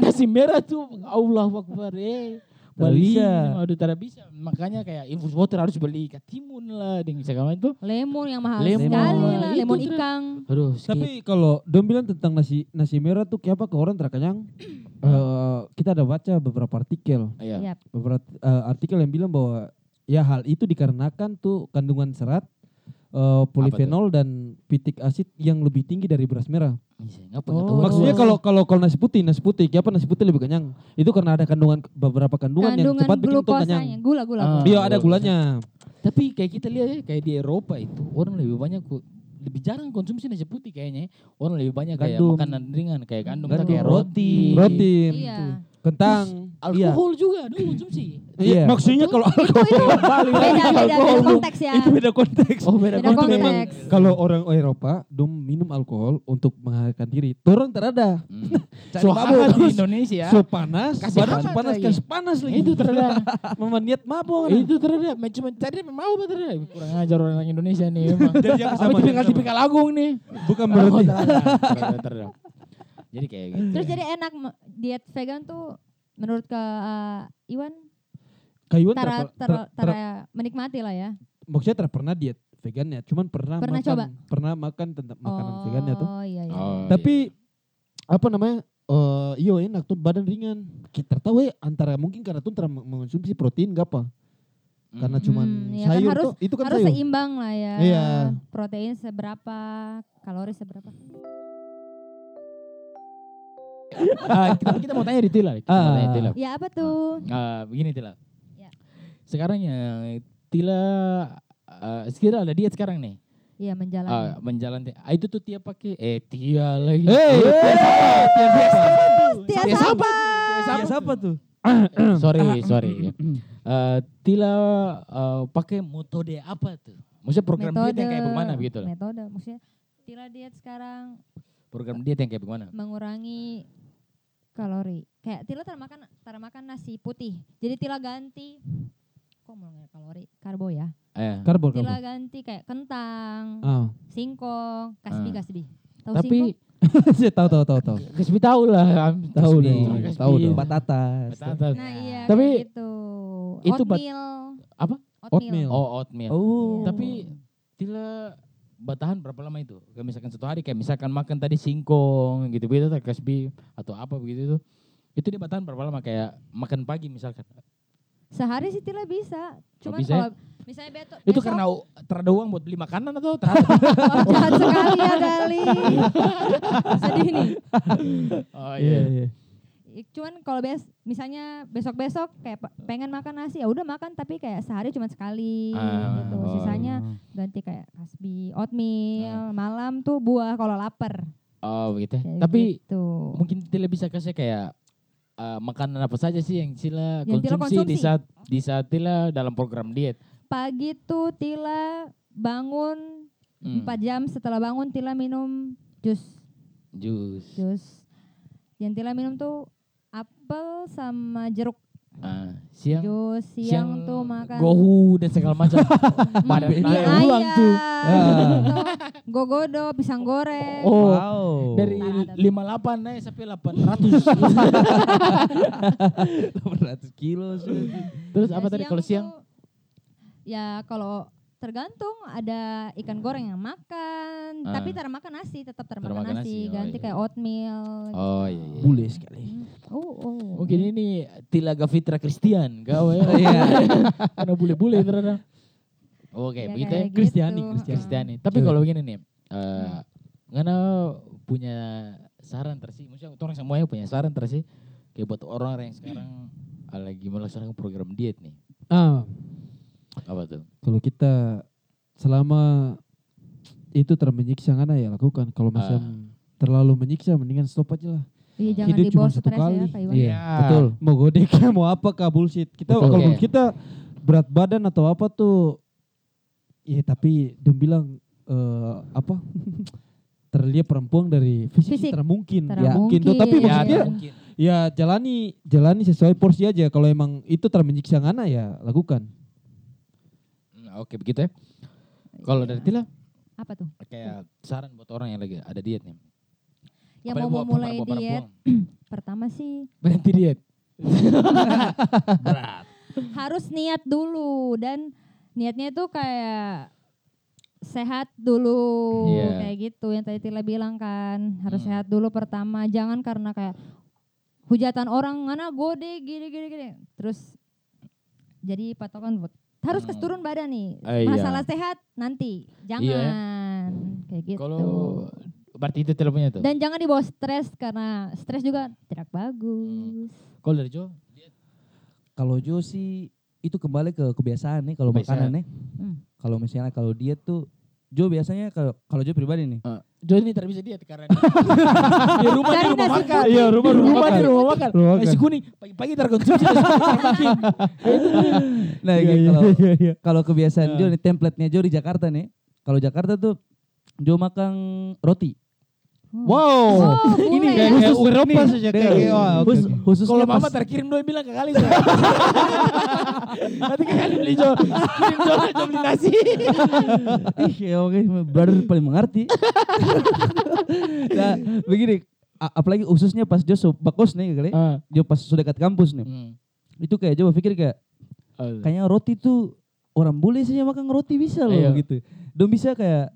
B: nasi merah tuh Allah Akbar. Eh.
D: Tak
B: Beli,
D: bisa.
B: aduh tidak bisa. Makanya kayak infus water harus beli katimun lah, ding segala itu.
E: Lemon yang mahal
B: Lemon.
E: sekali lah,
B: Itu
E: lemon
B: tuh.
E: ikang.
B: Aduh, skip.
C: Tapi kalau Dom bilang tentang nasi nasi merah tuh kayak apa ke orang terkenyang? Eh, kita ada baca beberapa artikel,
B: Iya.
E: Iya.
C: beberapa eh, artikel yang bilang bahwa ya hal itu dikarenakan tuh kandungan serat, eh, polifenol dan pitik asid yang lebih tinggi dari beras merah.
B: Ih, saya Iya, nggak Oh.
E: Oh.
B: pengetahuan.
C: Maksudnya kalau kalau kalau nasi putih, nasi putih, kayak apa nasi putih lebih kenyang? Itu karena ada kandungan beberapa kandungan, kan yang
E: Kandungan
C: cepat bikin tuh kenyang.
E: glukosanya, gula-gula.
B: Ah.
C: Iya ada gulanya.
B: Tapi kayak kita lihat ya, kayak di Eropa itu orang lebih banyak ku- lebih jarang konsumsi nasi putih kayaknya. ya. Orang lebih banyak kayak
D: Gandum.
B: makanan ringan kayak gandum,
D: Gandum.
B: kayak roti, Iya.
C: Protein,
E: Iya.
C: kentang.
B: alkohol juga dulu konsumsi.
D: Iya.
C: Iya. Maksudnya kalau
E: Itu itu beda beda beda konteks ya.
C: itu beda konteks.
B: Oh beda
E: Beda
C: Itu
E: konteks.
C: memang kalau orang Eropa dom minum alkohol untuk menghangatkan diri. Turun terada.
B: Hmm.
C: Cari
B: So
C: mabuk
B: hangat di
C: terus.
B: Indonesia.
C: So panas,
B: Kasih
C: badan
B: hangat
C: panas,
B: lagi.
C: kasih panas lagi.
B: Itu terada.
C: Memang niat mabok.
B: itu terada. Ma- Cuma cari mau apa terada. Kurang ajar orang Indonesia nih memang.
C: Jadi jangan
B: Apa
C: sama,
B: tipikal
C: jangan sama.
B: tipikal agung nih.
C: Bukan berarti.
B: Oh, terada, terada, terada. Jadi kayak gitu.
E: Terus jadi enak me- diet vegan tuh menurut ke eh, Iwan
C: Kayuan
E: tara,
C: ter-
E: tara,
C: ter- ter-
E: tara menikmati lah ya.
C: maksudnya ter pernah diet vegan ya, cuman pernah,
E: Pernah
C: makan
E: coba?
C: pernah makan tentang makanan vegan ya tuh.
E: Oh iya iya.
B: Oh,
C: Tapi apa namanya? eh iyo enak tuh badan ringan. Kita tahu ya antara mungkin karena tuh terang mengonsumsi protein gak apa?
B: iya.
C: Karena
B: Mm.
C: cuman
E: Hmm, iya kan
C: sayur
E: harus-
C: tuh, itu kan
E: Harus
C: sayur.
E: seimbang lah ya.
C: Iya.
E: Protein seberapa, kalori seberapa.
B: Ah, kita, kita mau tanya di Tila. Kita mau tanya Tila.
E: Ya apa tuh?
B: Ah, begini Tila.
E: Ya.
B: Sekarang ya Tila eh sekira ada diet sekarang nih.
E: Iya
B: Ah,
E: menjalani.
B: menjalani. Ah, itu tuh Tia pakai eh Tia lagi.
C: Hey,
E: Tia Ah,
B: Tia
E: Sapa.
D: Siapa, siapa tuh?
B: sorry, Iya. sorry. Eh, Tila eh, pakai metode apa tuh? Maksudnya program diet yang kayak bagaimana begitu? lah.
E: Metode maksudnya Tila diet sekarang
B: Program diet yang kayak bagaimana?
E: mengurangi kalori. Kayak Tila tara makan tara makan nasi putih. Jadi Tila ganti kok mau ngomongnya kalori karbo ya.
B: Eh,
C: Karbon,
E: Tila ganti kayak kentang,
C: Ah,
E: singkong, kasbi
B: Ah.
E: kasbi. Tahu singkong?
B: tapi
C: saya tahu tahu tahu tahu.
B: Kasbi tahu lah.
C: Tahu
B: Kasbi,
C: dong,
B: Kasbi.
C: tahu dong.
D: Batatas.
B: Batata.
E: Nah iya
B: Tapi
E: kayak gitu.
B: itu bat-
E: oatmeal.
B: apa?
E: Oatmeal.
C: Oatmeal.
B: Oh, oatmeal.
D: Oh.
B: Tapi
E: Hmm.
B: Tila bertahan berapa lama itu? Kayak misalkan satu hari kayak misalkan makan tadi singkong gitu gitu atau kasbi atau apa begitu itu. Itu dia bertahan berapa lama kayak makan pagi misalkan.
E: Sehari sih Tila bisa. Cuman
B: bisa ya?
E: kalau misalnya beto- besok
B: Itu karena u- terada uang buat beli makanan atau terada?
E: Wah, jahat sekali ya Gali. Sedih nih.
B: oh
C: Iya,
B: iya.
C: iya.
E: I- Cuman kalau bes misalnya besok-besok kayak pe- pengen makan nasi ya udah makan tapi kayak sehari cuman sekali
B: Ah,
E: gitu.
B: oh.
D: Iya.
E: Sisanya ganti kayak kasbi,
B: Ah.
E: oatmeal, malam tuh buah kalau lapar.
B: Oh begitu.
E: Kayak
B: Tapi
E: gitu.
B: mungkin Tila bisa kasih kayak eh, makanan apa saja sih yang Tila
E: Yang
B: konsumsi,
E: Tila
B: di
E: konsumsi.
B: saat di saat Tila dalam program diet.
E: pagi tuh Tila bangun
B: Hmm,
E: empat jam setelah bangun Tila minum jus
B: jus.
E: jus yang Tila minum tuh apel sama jeruk
B: Ah, siang
E: jus siang, tuh makan
B: gohu dan segala macam. Badan
E: mie
B: naik.
E: ayam tuh.
C: Ah.
E: gogodo pisang goreng
B: Oh,
D: Wow.
B: dari
E: Nah, ada.
B: 58 naik sampai 800.
D: 800 kilo sudah.
B: Terus
E: Ya,
B: apa tadi kalau siang?
E: tuh, ya kalau tergantung ada ikan goreng yang makan
B: Ah.
E: tapi tar makan nasi tetap tar
B: Tar
E: makan
B: makan nasi,
E: nasi
B: oh
E: ganti
B: iya.
E: kayak oatmeal
B: Oh iya. iya.
C: Bule sekali.
E: Hmm. oh, oh.
B: Mungkin ini Tilaga Fitra Christian, gawe.
D: Oh, iya.
B: Karena bule-bule ternyata. Oke,
E: Ya,
B: begitu ya.
E: kayak
C: Kristiani,
E: gitu.
C: Kristiani.
B: Kristiani. Tapi
C: Coba.
B: kalau begini nih, eh ngana punya saran tersi, maksudnya untuk orang semuanya punya saran tersi, kayak buat orang-orang yang sekarang eh, lagi melaksanakan program diet nih,
C: Ah,
B: apa tuh?
C: kalau kita selama itu termenyiksa kan ya lakukan.
E: Ah.
C: Kalau macam terlalu menyiksa mendingan stop aja lah.
E: Iya jangan
C: Hidup
E: dibawa
C: cuma satu
E: stres ya
C: kali.
E: Kak Iwan.
B: Iya.
C: Betul. ya, Mau godek mau apa kah bullshit. Kita
B: Betul.
C: kalau
B: Iya.
C: bullshit kita berat badan atau apa tuh ya tapi dong bilang eh, apa terlihat perempuan dari fisik,
E: Fisik.
C: termungkin
E: Tara
C: yakin tuh gitu. tapi
E: mungkin.
C: maksudnya
E: Ya,
B: mungkin.
C: ya jalani jalani sesuai porsi aja kalau emang itu termenjiksa ngana ya lakukan
B: Hmm, Oke begitu ya. Kalau dari Tila
E: apa tuh?
B: kayak saran buat orang yang lagi ada diet nih. Apalagi
E: Yang Ya, mau
B: buat
E: memulai
B: perempuan-
E: diet
B: perempuan.
E: pertama sih
B: Berhenti diet. Berat.
E: harus niat dulu dan niatnya itu kayak sehat dulu
B: Iya.
E: kayak gitu yang tadi Tila bilang kan harus
B: Hmm.
E: sehat dulu pertama jangan karena kayak hujatan orang ngana gode gini gini gini terus jadi patokan buat harus
B: Hmm.
E: keturun badan nih
B: Ah, iya.
E: masalah sehat nanti jangan kayak gitu
B: Kalau gitu. berarti itu teleponnya tuh.
E: dan jangan dibawa stres karena stres juga tidak bagus
B: Kalau dari Jo,
D: Kalau Jo sih itu kembali ke kebiasaan nih kalau
B: Kebiasaan.
D: makanan nih.
E: Hmm.
D: Kalau misalnya kalau diet tuh Jo biasanya kalau kalau Jo pribadi nih.
B: Jo ini tidak bisa diet karena di rumah di
E: Cari
B: rumah
E: nasi
B: makan.
E: putih.
C: Iya, rumah-
B: Di
C: rumah
B: di
C: makan.
B: rumah makan.
C: Rumah makan.
B: Nasi kuning pagi-pagi terkonsumsi nasi kuning.
D: Nah,
C: Iya,
D: kayak
C: iya,
D: kalau
C: iya, iya.
D: kalau kebiasaan Jo nih template-nya Jo di Jakarta nih. Kalau Jakarta tuh Jo makan roti.
C: wow
E: Oh,
D: Ini
E: boleh
D: kayak-
E: ya.
D: kayak
C: Khusus Eropa
D: nih,
C: saja,
D: deh.
C: kayak- kayak- wah, oke,
D: Khusus,
C: oke.
D: khususnya
B: Kalau mama
D: pas-
B: terkirim dua bilang ke kali saya. Nanti ke kali beli Jo, kirim Jo, Jo beli nasi.
D: Ih, ya oke, brother paling mengerti. nah, begini, a- apalagi khususnya pas Jo so- bakos
B: Ah.
D: nih kali. Jo pas sudah dekat kampus nih.
B: Hmm.
D: Itu kayak Jo pikir kayak kayaknya roti tuh orang boleh sih yang makan roti bisa loh
B: Iya.
D: gitu. Dong bisa kayak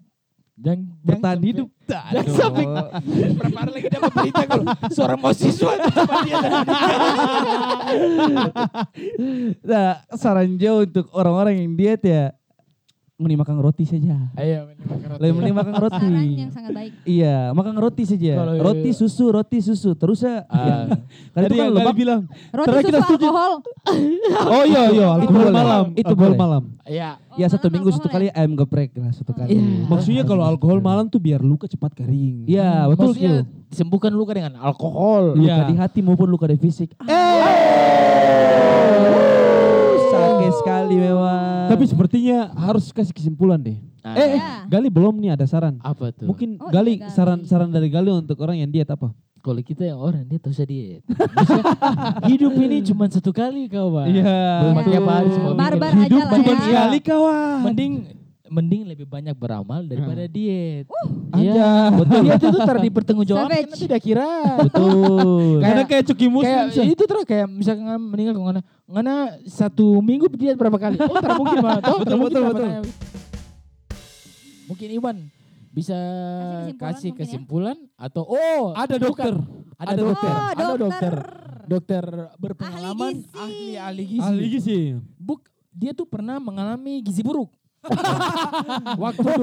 B: Jangan
D: bertahan
B: sampai-
D: hidup.
B: Jangan sampai berapa hari lagi dapat berita kalau seorang mahasiswa dapat dia dari-
D: Nah, saran Jo untuk orang-orang yang diet ya mending makan roti saja.
B: Ayo, mending makan roti.
D: Lebih mending makan roti.
E: saran yang sangat baik
D: Iya, makan roti saja.
B: Kalau- iya.
D: roti susu, roti susu. Terus ya,
B: Ah.
D: kan itu
C: Tadi
D: kan
C: yang
D: lemak.
C: Gali bilang
E: roti
C: Terakhir
E: susu
C: kita setuju.
E: alkohol
C: oh iya iya alkohol
D: boleh.
C: malam
D: Itu
C: alkohol
D: boleh.
C: malam
B: Iya.
D: Ya
E: Oh,
D: satu
E: malam
D: minggu satu
E: alkohol
D: kali ayam geprek lah satu kali.
B: Iya.
C: maksudnya kalau alkohol malam tuh biar luka cepat kering
B: Ah,
D: Iya, betul
B: Maksudnya
D: Kil.
B: sembuhkan luka dengan alkohol.
D: Luka
C: Iya. Eh.
D: di hati maupun luka di fisik. Ah, sakit sekali memang.
C: Tapi sepertinya harus kasih kesimpulan deh.
B: Ah.
C: Eh, eh,
E: Ya.
C: Gali belum nih ada saran.
B: Apa tuh?
C: Mungkin
E: Oh,
C: Gali
E: iya, Gali.
C: saran-saran dari Gali untuk orang yang diet apa?
B: kalau kita yang orang dia tak usah diet. Maksudnya, hidup ini cuma satu kali kawan. Belum
E: Iya.
B: tiap hari semua
E: Barbar
B: pikir.
E: aja
C: Hidup
E: lah
C: bukan
E: ya.
C: sekali kawan.
B: Mending mending lebih banyak beramal daripada diet.
C: Aja.
B: Betul. Hmm. Uh, Diet itu tar di pertanggungjawab
E: Savage.
B: karena tidak kira.
D: Betul.
C: Karena kayak Cuki
B: Kayak
C: Muslim. Sa.
B: itu terus kayak misalkan ngana meninggal kok ngana ngana satu minggu diet berapa kali? Oh, tak mungkin mah. Toh, tak
C: Betul,
B: mungkin
C: betul,
B: lah,
C: betul.
B: katanya. Mungkin Iwan bisa
E: Kasih kesimpulan
B: kasih
E: mungkin ya.
B: kesimpulan, atau oh
C: Ada
B: bukan.
C: dokter.
B: Ada,
C: Ada
B: dokter.
E: dokter.
B: Ada
E: Oh,
B: dokter.
E: dokter.
B: Dokter berpengalaman,
E: gizi.
B: ahli ahli gizi.
C: Ahli gizi.
B: Buk, dia tuh pernah mengalami gizi buruk. Waktu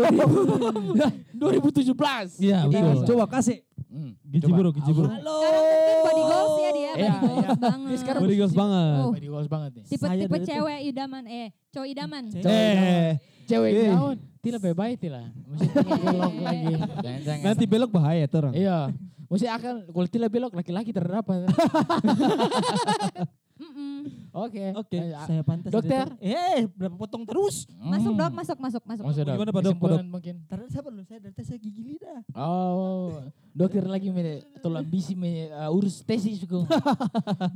B: 2000 2017.
C: Iya,
B: Kita
C: betul.
B: bisa.
D: Coba kasih.
B: Hmm,
C: Gizi
B: coba.
C: buruk, gizi buruk.
B: Halo.
E: Sekarang mungkin body goals ya dia,
B: Iya,
E: body goals
B: iya.
E: banget.
B: Dia sekarang
C: Body goals banget.
E: Oh.
B: Body goals banget nih.
E: Tipe-tipe
D: Saya dari-
E: cewek idaman, eh cowok idaman.
C: Eh,
B: Cewek
C: Eh.
B: tahun, tila baik-baik tila. Mesti belok lagi. Jangan-jangan.
C: nanti belok bahaya tuh orang.
B: Iya. Mesti akan kalau tila belok laki-laki terdapat.
E: Mm-mm.
B: Oke.
C: Oke,
B: Eh, a-
C: saya pantas.
B: Dokter.
C: ada- Eh, berapa potong terus?
E: Masuk
B: Hmm.
E: dok, masuk, masuk, masuk.
B: Masuk dok.
C: Gimana, Pak Dok? Pak
B: Kesimpulan mungkin.
C: Terus saya belum, saya dari tes saya gigi lidah.
B: Oh, dokter lagi me, tolong bisi me, uh, urus tesis kok.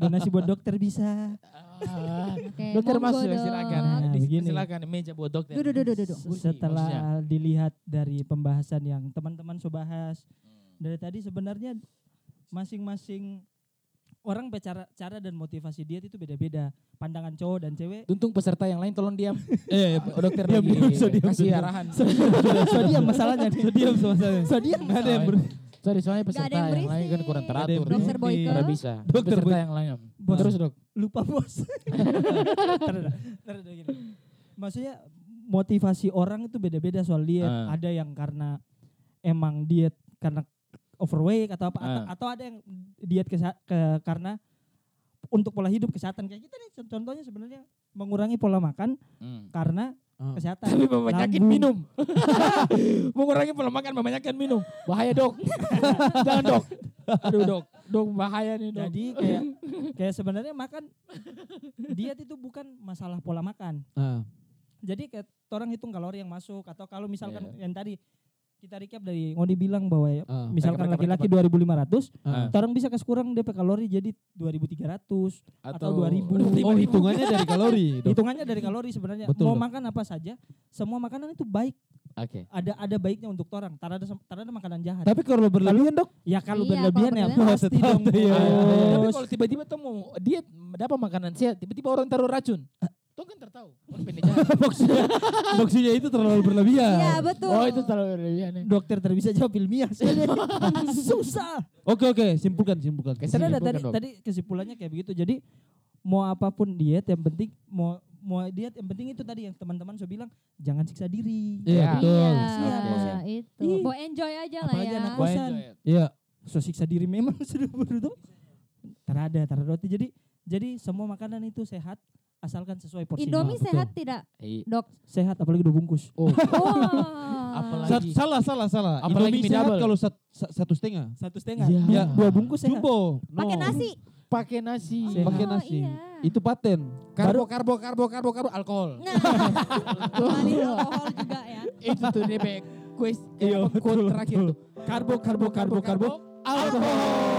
C: Donasi buat dokter bisa.
B: Ah,
E: Oke,
B: dokter
E: monggo,
B: masuk silakan.
E: Dok.
A: Nah,
B: Di-
A: begini.
B: silakan meja buat dokter.
E: Duh, duh, duh, duh, duh, duh.
B: Kursi, maksudnya.
A: setelah dilihat dari pembahasan yang teman-teman so bahas
C: Hmm.
A: dari tadi sebenarnya masing-masing orang bicara cara dan motivasi diet itu beda-beda pandangan cowok dan cewek
B: Tuntung peserta yang lain tolong diam.
C: Eh,
B: Oh, dokter
C: Diam,
B: lagi
C: diam, so diam, so
B: kasih
C: diam.
B: arahan.
C: diam masalahnya. Sediam masalahnya. Sediam. Ada yang ber-
B: Sorry, soalnya
E: Gak
B: peserta
E: ada yang
B: yang lain kan
E: berisik.
B: kurang
C: Ada yang
B: teratur.
E: Dokter
C: berisik.
E: Boyke.
B: Tidak bisa.
C: Dokter
B: peserta
C: Boy-
B: yang lain.
A: Bos.
B: Terus dok.
A: lupa bos. Ntar, ntar, ntar, ntar, gini. Maksudnya motivasi orang itu beda-beda soal diet.
B: Ah.
A: Ada yang karena emang diet karena overweight atau apa atau,
B: Ah.
A: atau ada yang diet kesa- ke- karena untuk pola hidup kesehatan kayak kita nih contohnya sebenarnya mengurangi pola makan
B: Hmm.
A: karena
C: Ah.
A: kesehatan.
B: Tapi membanyakin
A: Lambung.
B: minum. Mengurangi pola makan, membanyakin minum. Bahaya dok. Jangan dok. Aduh dok. dong bahaya nih dong.
D: Jadi kayak kayak sebenarnya makan diet itu bukan masalah pola makan.
C: Ah,
D: Jadi kayak orang hitung kalori yang masuk atau kalau misalkan yang tadi kita recap dari Ngodi bilang bahwa
C: Iya.
D: ya,
C: ah.
D: misalkan
B: Rekap, rekap,
D: laki-laki
B: rekap.
D: 2500,
C: Ah.
D: orang bisa kasih kurang DP kalori jadi 2300. atau 2000.
C: Oh hitungannya dari kalori dok.
D: Hitungannya dari kalori sebenarnya.
C: Betul,
D: Mau
C: dok.
D: makan apa saja, semua makanan itu baik.
F: Oke.
D: Ada ada baiknya untuk orang. Tar ada tar ada makanan jahat.
C: Tapi kalau berlebihan dok,
D: ya kalau
E: Iya,
D: berlebihan
E: kalau
D: ya
E: berlebihan
D: pasti
C: tetap
D: dong.
C: iya,
B: Ah,
C: iya, iya.
B: Tapi
D: bos.
B: kalau tiba-tiba tuh mau diet dapat makanan sehat, tiba-tiba orang taruh racun. Tuh kan tertahu. Orang pendek jalan.
C: maksudnya, maksudnya itu terlalu berlebihan.
E: Iya betul.
B: Oh itu terlalu berlebihan ya.
D: Dokter terbisa jawab ilmiah. Saya lihat susah.
C: Oke oke, simpulkan simpulkan.
D: Karena ada
B: Kesimpulan
D: tadi
B: dong.
D: tadi kesimpulannya kayak begitu. Jadi mau apapun diet yang penting mau mau diet yang penting itu tadi yang teman-teman saya bilang jangan siksa diri.
C: Iya
B: Ya.
C: betul.
E: Iya,
F: Oke.
E: itu.
D: Ih.
E: Bawa enjoy aja lah
D: Apalagi
E: ya.
D: anak
B: Why
D: kosan.
B: enjoy it?
C: Iya.
D: So siksa diri memang sudah beruntung. Terada, terada. Jadi jadi semua makanan itu sehat asalkan sesuai porsi. Nah,
E: Indomie
D: betul.
E: sehat tidak,
F: Iya.
E: Dok?
D: Sehat apalagi dua bungkus.
F: Oh,
E: Wah.
F: apalagi
C: Sat- salah salah salah.
F: Apalagi
C: Indomie
F: mie
C: sehat
F: double.
C: kalau sat- sa- satu setengah.
D: Satu setengah.
F: Iya.
D: Dua- Dua bungkus sehat.
C: Jumbo. No.
E: Pakai nasi.
B: Pakai nasi.
C: Sehat. Pakai
E: Oh,
C: nasi.
E: iya.
C: Itu paten.
B: Karbo, karbo, karbo, karbo, karbo, alkohol.
E: Nah, kembali alkohol juga ya.
B: itu tuh DP quest eh, apa, quote terakhir tuh. Karbo, karbo, karbo, karbo, alkohol.